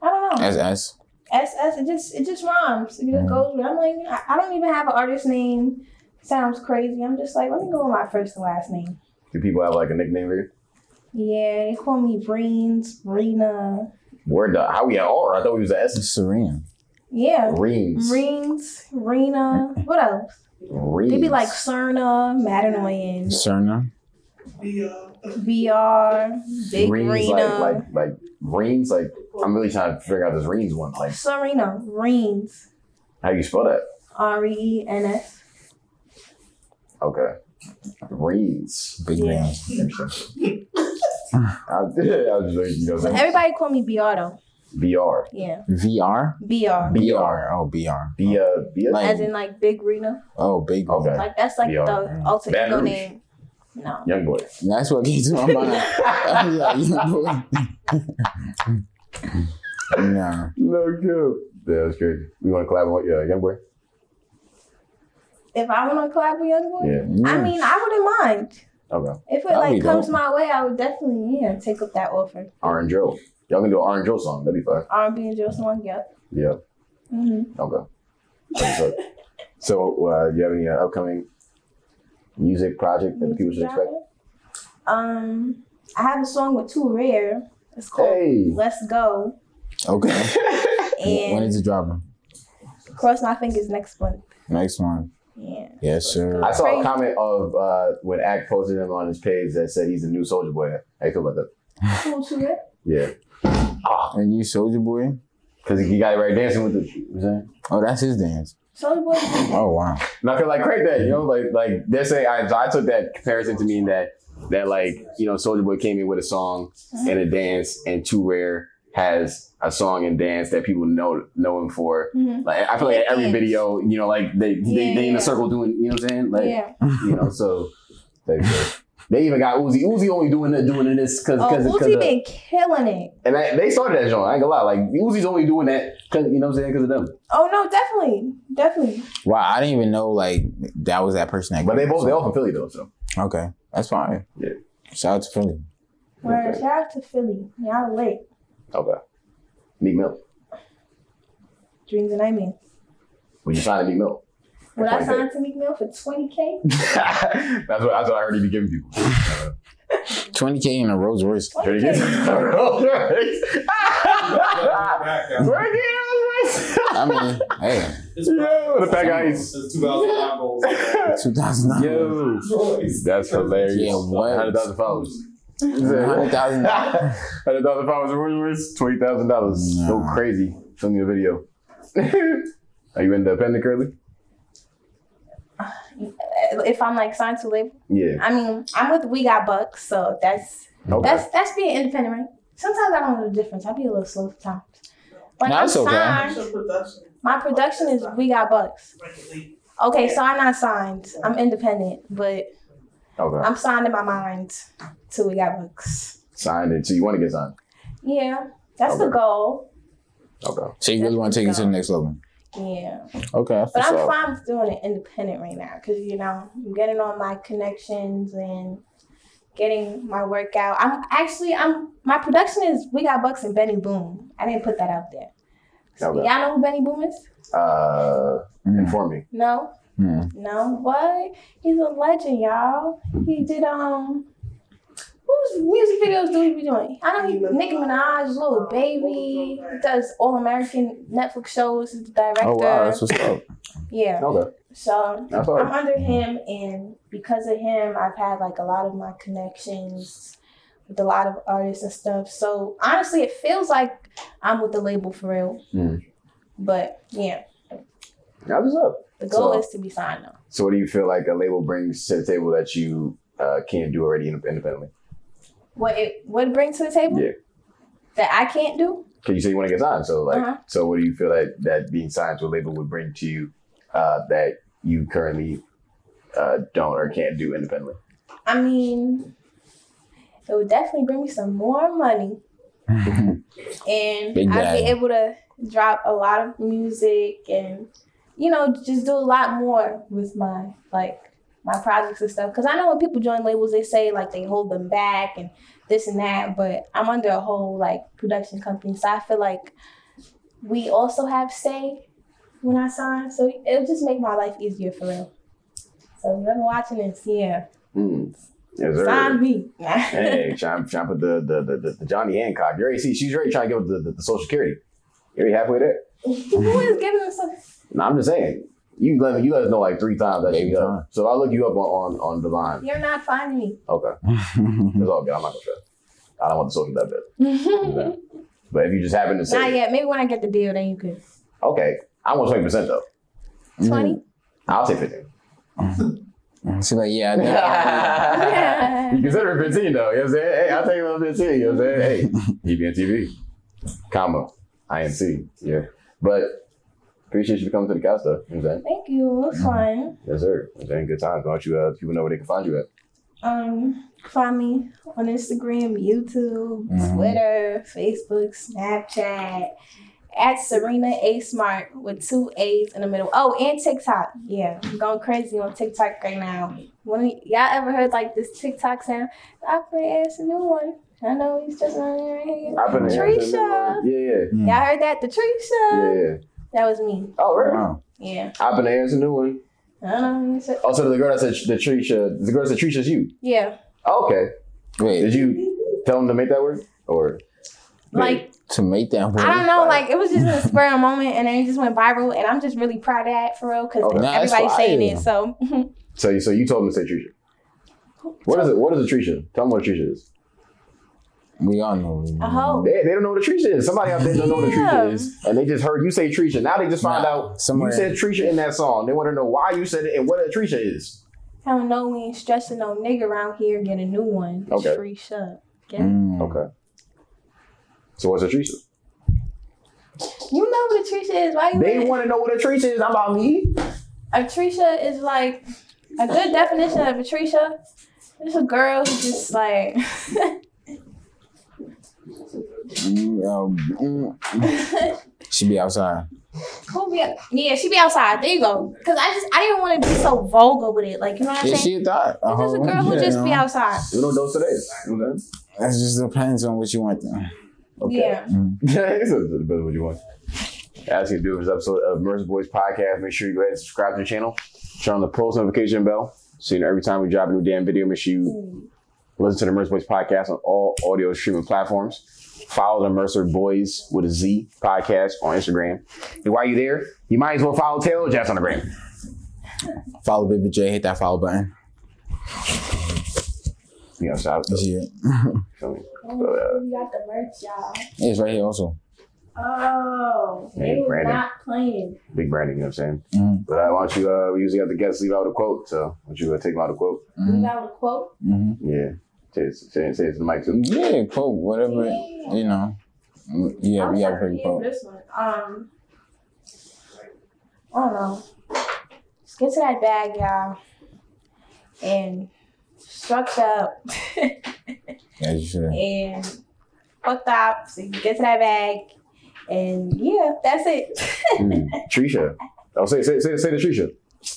[SPEAKER 2] I don't know.
[SPEAKER 3] That's S.
[SPEAKER 2] SS. It just it just rhymes. It just
[SPEAKER 3] Mhm.
[SPEAKER 2] goes. with- I'm like, I, I don't even have an artist name. Sounds crazy. I'm just like, let me go with my first and last name.
[SPEAKER 1] Do people have like a nickname here?
[SPEAKER 2] Yeah, they call me Breens, Rena.
[SPEAKER 1] Word the how we at R? I thought we was at S.
[SPEAKER 3] It's Serena.
[SPEAKER 2] Yeah.
[SPEAKER 1] Reams.
[SPEAKER 2] Rings, Rena. What else?
[SPEAKER 1] Reams.
[SPEAKER 2] They be like Cerna, Madanoyan,
[SPEAKER 3] Serena.
[SPEAKER 2] VR, Big
[SPEAKER 1] Reams,
[SPEAKER 2] Rena.
[SPEAKER 1] like like like Reams. Like I'm really trying to figure out this Reams one. Like
[SPEAKER 2] Serena, Rings,
[SPEAKER 1] how you spell that?
[SPEAKER 2] R E E N S.
[SPEAKER 1] Okay. Reams.
[SPEAKER 3] Big
[SPEAKER 2] Yeah.
[SPEAKER 3] yeah.
[SPEAKER 1] Interesting. I, <laughs> I was just like, you know what I'm saying?
[SPEAKER 2] Everybody call me BR though.
[SPEAKER 1] BR.
[SPEAKER 2] Yeah,
[SPEAKER 3] VR?
[SPEAKER 2] BR.
[SPEAKER 1] BR.
[SPEAKER 3] Oh, BR.
[SPEAKER 1] B uh B uh
[SPEAKER 3] Like-
[SPEAKER 2] As in like Big Rena.
[SPEAKER 3] Oh, big.
[SPEAKER 1] Okay.
[SPEAKER 2] Like that's like
[SPEAKER 1] BR.
[SPEAKER 2] the alter
[SPEAKER 1] Baton
[SPEAKER 2] ego
[SPEAKER 1] Rouge.
[SPEAKER 2] name. No.
[SPEAKER 1] Young boy.
[SPEAKER 3] That's what came to
[SPEAKER 1] <laughs>
[SPEAKER 3] my mind. <laughs> I was like, you know, <laughs> no.
[SPEAKER 1] No joke. Yeah, that's crazy. We want to collab with yeah, young boy.
[SPEAKER 2] If I want to collab with Young Boy,
[SPEAKER 1] Yeah.
[SPEAKER 2] I mean I wouldn't mind.
[SPEAKER 1] Okay.
[SPEAKER 2] If it
[SPEAKER 3] That'd be
[SPEAKER 2] like
[SPEAKER 3] dope.
[SPEAKER 2] comes my way, I would definitely yeah take up that offer.
[SPEAKER 1] R and Joe. Y'all can do an R and Joe song. That'd be fun.
[SPEAKER 2] R&B and drill song. Yep.
[SPEAKER 1] Yeah.
[SPEAKER 2] Mm-hmm.
[SPEAKER 1] Okay. That's what's up. <laughs> so, uh, do you have any uh, upcoming music project that people should expect?
[SPEAKER 2] Um, I have a song with Too Rare. It's called
[SPEAKER 1] Hey.
[SPEAKER 2] "Let's Go," <laughs>
[SPEAKER 3] Okay.
[SPEAKER 2] and
[SPEAKER 3] when is it dropping?
[SPEAKER 2] Cross my fingers next month.
[SPEAKER 3] Next one.
[SPEAKER 1] <laughs>
[SPEAKER 2] Yeah.
[SPEAKER 3] Yes, sir.
[SPEAKER 1] I saw a comment of uh, when Act posted him on his page that said he's a new Soldier Boy. How you feel about that?
[SPEAKER 2] Cool to it.
[SPEAKER 1] Yeah,
[SPEAKER 3] And you, Soldier Boy?
[SPEAKER 1] because he got it right dancing with the. You know what I'm saying?
[SPEAKER 3] Oh, that's his dance.
[SPEAKER 2] Soldier Boy.
[SPEAKER 3] Oh, wow.
[SPEAKER 1] And I feel like crazy that you know, like like they're saying I, I took that comparison to mean that that like you know Soldier Boy came in with a song and a dance, and Too Rare has a song and dance that people know know him for.
[SPEAKER 2] Mhm.
[SPEAKER 1] Like I feel like every
[SPEAKER 4] Yeah.
[SPEAKER 1] video, you know, like they they,
[SPEAKER 4] Yeah,
[SPEAKER 1] they in
[SPEAKER 4] yeah.
[SPEAKER 1] a circle doing, you know what I'm saying? Like
[SPEAKER 2] yeah.
[SPEAKER 1] you know, so like, they even got Uzi. Uzi only doing it, doing this because
[SPEAKER 2] Oh,
[SPEAKER 1] because
[SPEAKER 2] Uzi been killing it.
[SPEAKER 1] and I, they started that joint. I ain't gonna lie, like Uzi's only doing that because you know what I'm saying because of them.
[SPEAKER 2] Oh no, definitely, definitely.
[SPEAKER 3] Wow, I didn't even know, like, that was that person that
[SPEAKER 1] But they both they all from Philly though, so
[SPEAKER 3] Okay, that's fine.
[SPEAKER 1] Yeah.
[SPEAKER 3] Shout out to Philly.
[SPEAKER 2] Word.
[SPEAKER 1] Okay.
[SPEAKER 2] Shout out to Philly. Y'all lit.
[SPEAKER 1] okay. Meek Mill,
[SPEAKER 2] Dreams and I mean.
[SPEAKER 1] when you sign a Meek <laughs> Mill,
[SPEAKER 2] When I
[SPEAKER 1] Like
[SPEAKER 2] signed to Meek Mill for 20K,
[SPEAKER 1] that's what that's what I heard he be giving <laughs> people.
[SPEAKER 3] 20K in a Rolls Royce.
[SPEAKER 1] Pretty <laughs> good.
[SPEAKER 2] 20K.
[SPEAKER 1] Rolls Royce. Where the hell is Rolls
[SPEAKER 3] I
[SPEAKER 1] Royce? <laughs>
[SPEAKER 3] mean, hey,
[SPEAKER 1] Yo, the fat guys.
[SPEAKER 5] Since 2009 goals.
[SPEAKER 3] 2009.
[SPEAKER 1] Yo, that's hilarious.
[SPEAKER 3] Yeah, what?
[SPEAKER 1] Hundred thousand followers. <laughs>
[SPEAKER 3] $100,000.
[SPEAKER 1] Hundred thousand followers in rumors, twenty thousand dollars. Go
[SPEAKER 3] Nah.
[SPEAKER 1] crazy. Send me a
[SPEAKER 3] <laughs>
[SPEAKER 1] video. Are you in the appendix early?
[SPEAKER 2] <laughs> if I'm like signed to label,
[SPEAKER 1] Yeah.
[SPEAKER 2] I mean, I'm with We Got Bucks, so that's
[SPEAKER 1] Okay.
[SPEAKER 2] that's that's being independent, right? Sometimes I don't know the difference. I be a little slow sometimes. When
[SPEAKER 3] No,
[SPEAKER 2] I'm
[SPEAKER 3] it's okay.
[SPEAKER 2] signed, my production is We Got Bucks. Okay, so I'm not signed. I'm independent, but
[SPEAKER 1] okay.
[SPEAKER 2] I'm signed in my mind to We Got Bucks.
[SPEAKER 1] Signed it. So you want to get signed?
[SPEAKER 2] Yeah, that's the
[SPEAKER 1] Okay.
[SPEAKER 2] goal.
[SPEAKER 1] Okay.
[SPEAKER 3] So you really want to take it to the next level?
[SPEAKER 2] Yeah.
[SPEAKER 3] Okay, that's
[SPEAKER 2] But
[SPEAKER 3] what's
[SPEAKER 2] I'm
[SPEAKER 3] up.
[SPEAKER 2] fine with doing it independent right now because you know I'm getting all my connections and getting my work out. I'm actually I'm my production is we got Bucks and Benny Boom. I didn't put that out there. So
[SPEAKER 1] Okay.
[SPEAKER 2] Y'all know who Benny Boom is?
[SPEAKER 1] Uh,
[SPEAKER 3] Mm,
[SPEAKER 1] inform me.
[SPEAKER 2] No,
[SPEAKER 3] mm.
[SPEAKER 2] no. What? He's a legend, y'all. He did um. Whose music videos do he be doing? I know he Nicki Minaj, Lil Baby, he does All American Netflix shows. He's the director.
[SPEAKER 3] Oh, wow, that's what's up.
[SPEAKER 2] yeah.
[SPEAKER 1] Okay.
[SPEAKER 2] So
[SPEAKER 1] That's all
[SPEAKER 2] I'm
[SPEAKER 1] right.
[SPEAKER 2] under him, and because of him, I've had like a lot of my connections with a lot of artists and stuff. So honestly, it feels like I'm with the label for real.
[SPEAKER 3] Hmm.
[SPEAKER 1] Mm.
[SPEAKER 2] But yeah,
[SPEAKER 1] That's what's up.
[SPEAKER 2] the goal
[SPEAKER 1] So-
[SPEAKER 2] is to be signed though.
[SPEAKER 1] So what do you feel like a label brings to the table that you uh, can't do already inde- independently?
[SPEAKER 2] What it would bring to the table
[SPEAKER 1] Yeah.
[SPEAKER 2] that I can't do.
[SPEAKER 1] Because you say you want to get signed. So like,
[SPEAKER 2] Uh-huh.
[SPEAKER 1] so what do you feel that that being signed to a label would bring to you uh, that you currently uh, don't or can't do independently?
[SPEAKER 2] I mean, it would definitely bring me some more money, and
[SPEAKER 3] Big
[SPEAKER 2] I'd
[SPEAKER 3] daddy.
[SPEAKER 2] be able to drop a lot of music and you know just do a lot more with my like my projects and stuff. Because I know when people join labels, they say like they hold them back and this and that, but I'm under a whole like production company, so I feel like we also have say when I sign. So it'll just make my life easier for real. So whoever watching this, yeah.
[SPEAKER 1] Mm. Yes, sir.
[SPEAKER 2] Sign me.
[SPEAKER 1] Hey, trying, trying to put the the, the, the the Johnny Hancock. You already see she's already trying to give up the, the, the Social Security. You're already halfway there.
[SPEAKER 2] <laughs> Who is giving us a
[SPEAKER 1] No, I'm just saying. You let me, you let us know like three times that
[SPEAKER 3] Maybe
[SPEAKER 1] you
[SPEAKER 3] time.
[SPEAKER 1] up. So I'll look you up on, on, on the line.
[SPEAKER 2] You're not finding me.
[SPEAKER 1] Okay.
[SPEAKER 3] Mm-hmm.
[SPEAKER 2] <laughs>
[SPEAKER 1] It's all good. I'm not gonna try. I don't want the social that bad.
[SPEAKER 2] not
[SPEAKER 1] But if you just happen to say
[SPEAKER 2] yet. Maybe when I get the deal, then you could.
[SPEAKER 1] okay, I want twenty percent though.
[SPEAKER 3] Mm.
[SPEAKER 2] 20?
[SPEAKER 1] I'll take fifteen.
[SPEAKER 3] She's like, yeah, I think
[SPEAKER 1] you consider it fifteen though, you know what I'm saying? Hey, I'll take it on fifteen, you know what I'm saying? Hey, EBN TV, comma, INC, yeah. But appreciate you coming to the couch though, you know what I'm saying?
[SPEAKER 2] <laughs> Thank you. It was fun.
[SPEAKER 1] Yes, sir. It's been good times. Why don't you uh, people know where they can find you at?
[SPEAKER 2] Um, find me on Instagram, YouTube,
[SPEAKER 3] Mhm.
[SPEAKER 2] Twitter, Facebook, Snapchat. At Serena A Smart with two A's in the middle. Oh, and TikTok. Yeah, I'm going crazy on TikTok right now. When y'all ever heard like this TikTok sound? I play ass a new one. I know he's just on there right here.
[SPEAKER 1] I've been
[SPEAKER 2] Trisha.
[SPEAKER 1] Yeah, yeah,
[SPEAKER 2] <laughs>
[SPEAKER 3] Mm.
[SPEAKER 2] Y'all heard that? The tree
[SPEAKER 1] yeah,
[SPEAKER 2] show.
[SPEAKER 1] yeah.
[SPEAKER 2] That was me.
[SPEAKER 1] Oh, right.
[SPEAKER 3] Wow.
[SPEAKER 2] Yeah.
[SPEAKER 1] I've been answering a new one.
[SPEAKER 2] I don't know. You said-
[SPEAKER 1] Also, the girl that said the Trisha, the girl that said Trisha's you.
[SPEAKER 2] Yeah.
[SPEAKER 1] Oh, okay.
[SPEAKER 3] Wait,
[SPEAKER 1] Did you tell them to make that word or?
[SPEAKER 2] Like
[SPEAKER 3] to make that
[SPEAKER 2] I don't
[SPEAKER 3] work.
[SPEAKER 2] know, like it was just a spur of moment, and then it just went viral, and I'm just really proud of that for real because
[SPEAKER 1] Okay. Nah,
[SPEAKER 3] Oh, that's
[SPEAKER 2] everybody's saying
[SPEAKER 3] fire. Mm-hmm.
[SPEAKER 2] it. So
[SPEAKER 1] So you so you told him to say Trisha. What is it? What is a Trisha? Tell them what a Trisha is.
[SPEAKER 3] We all know.
[SPEAKER 2] A hoe.
[SPEAKER 1] They, they don't know what a Trisha is. Somebody out there don't know what a Trisha
[SPEAKER 2] Oh. Yeah.
[SPEAKER 1] is, and they just heard you say Trisha. Now they just found
[SPEAKER 3] Nah,
[SPEAKER 1] out
[SPEAKER 3] somewhere-
[SPEAKER 1] you said Trisha in that song. They want to know why you said it and what a Trisha is.
[SPEAKER 2] I don't know we ain't stressing no nigga around here. Get a new one. It's
[SPEAKER 1] Okay.
[SPEAKER 2] Free shut. Yeah.
[SPEAKER 3] Mm.
[SPEAKER 1] Okay. So what's a Trisha?
[SPEAKER 2] You know what a Trisha is. Why you?
[SPEAKER 1] They
[SPEAKER 2] mad?
[SPEAKER 1] want to know what a Trisha is. Not about me.
[SPEAKER 2] a Trisha is like a good definition of a Trisha. It's a girl who just like <laughs>
[SPEAKER 3] Mm, um, mm.
[SPEAKER 2] who
[SPEAKER 3] She be outside.
[SPEAKER 2] be yeah she be outside. There you go. Cause I just I didn't want to be so vulgar with it. Like you know what I'm
[SPEAKER 3] Yeah,
[SPEAKER 2] saying?
[SPEAKER 3] she Uh-huh. a
[SPEAKER 2] It's
[SPEAKER 3] thought.
[SPEAKER 2] just a girl who just be outside.
[SPEAKER 1] You know those today. You know what I'm saying?
[SPEAKER 3] It just depends on what you want. Then.
[SPEAKER 2] Yeah.
[SPEAKER 1] <laughs> this is the best what you want. That's gonna do it for this episode of Mercy Boys Podcast. Make sure you go ahead and subscribe to the channel. Turn on the post notification bell. So you know every time we drop a new damn video, make sure you listen to the Mercy Boys Podcast on all audio streaming platforms. Follow the Mercer Boys with a Z podcast on Instagram. And while you're there, you might as well follow Taylor Jazz on the brand.
[SPEAKER 3] Follow Baby J. Hit that follow button.
[SPEAKER 1] You know, so, I- so,
[SPEAKER 3] Yeah.
[SPEAKER 1] uh,
[SPEAKER 2] We got the merch, y'all.
[SPEAKER 3] <laughs> It's right here also.
[SPEAKER 2] Oh,
[SPEAKER 1] they Hey, was Brandon. not
[SPEAKER 2] playing.
[SPEAKER 1] big branding, you know what I'm saying?
[SPEAKER 3] Mhm.
[SPEAKER 1] But I want you, uh, we usually have the guests leave out a quote. So I want you to take them out a quote.
[SPEAKER 3] Mhm.
[SPEAKER 2] got a quote.
[SPEAKER 3] Mhm.
[SPEAKER 1] Yeah. Say it, say it, say it to the mic too.
[SPEAKER 3] Yeah, quote, whatever,
[SPEAKER 2] Yeah.
[SPEAKER 3] you know. Mm, Yeah, we have pretty quote.
[SPEAKER 2] This one. Um, I don't know. Just get to that bag, y'all, and struck up
[SPEAKER 3] Yeah, you should.
[SPEAKER 2] and fucked up. So you get to that bag, and yeah, that's it. <laughs>
[SPEAKER 1] Mm. Trisha. Oh, say say say say the Trisha.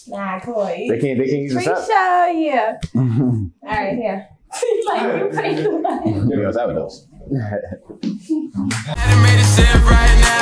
[SPEAKER 2] nah, come on.
[SPEAKER 1] They can't they can't use the
[SPEAKER 2] Trisha,
[SPEAKER 1] sound.
[SPEAKER 2] yeah.
[SPEAKER 3] <laughs>
[SPEAKER 2] All right, yeah. <laughs> like you pretty much.
[SPEAKER 1] You know, that was those.
[SPEAKER 5] Made it sit right now.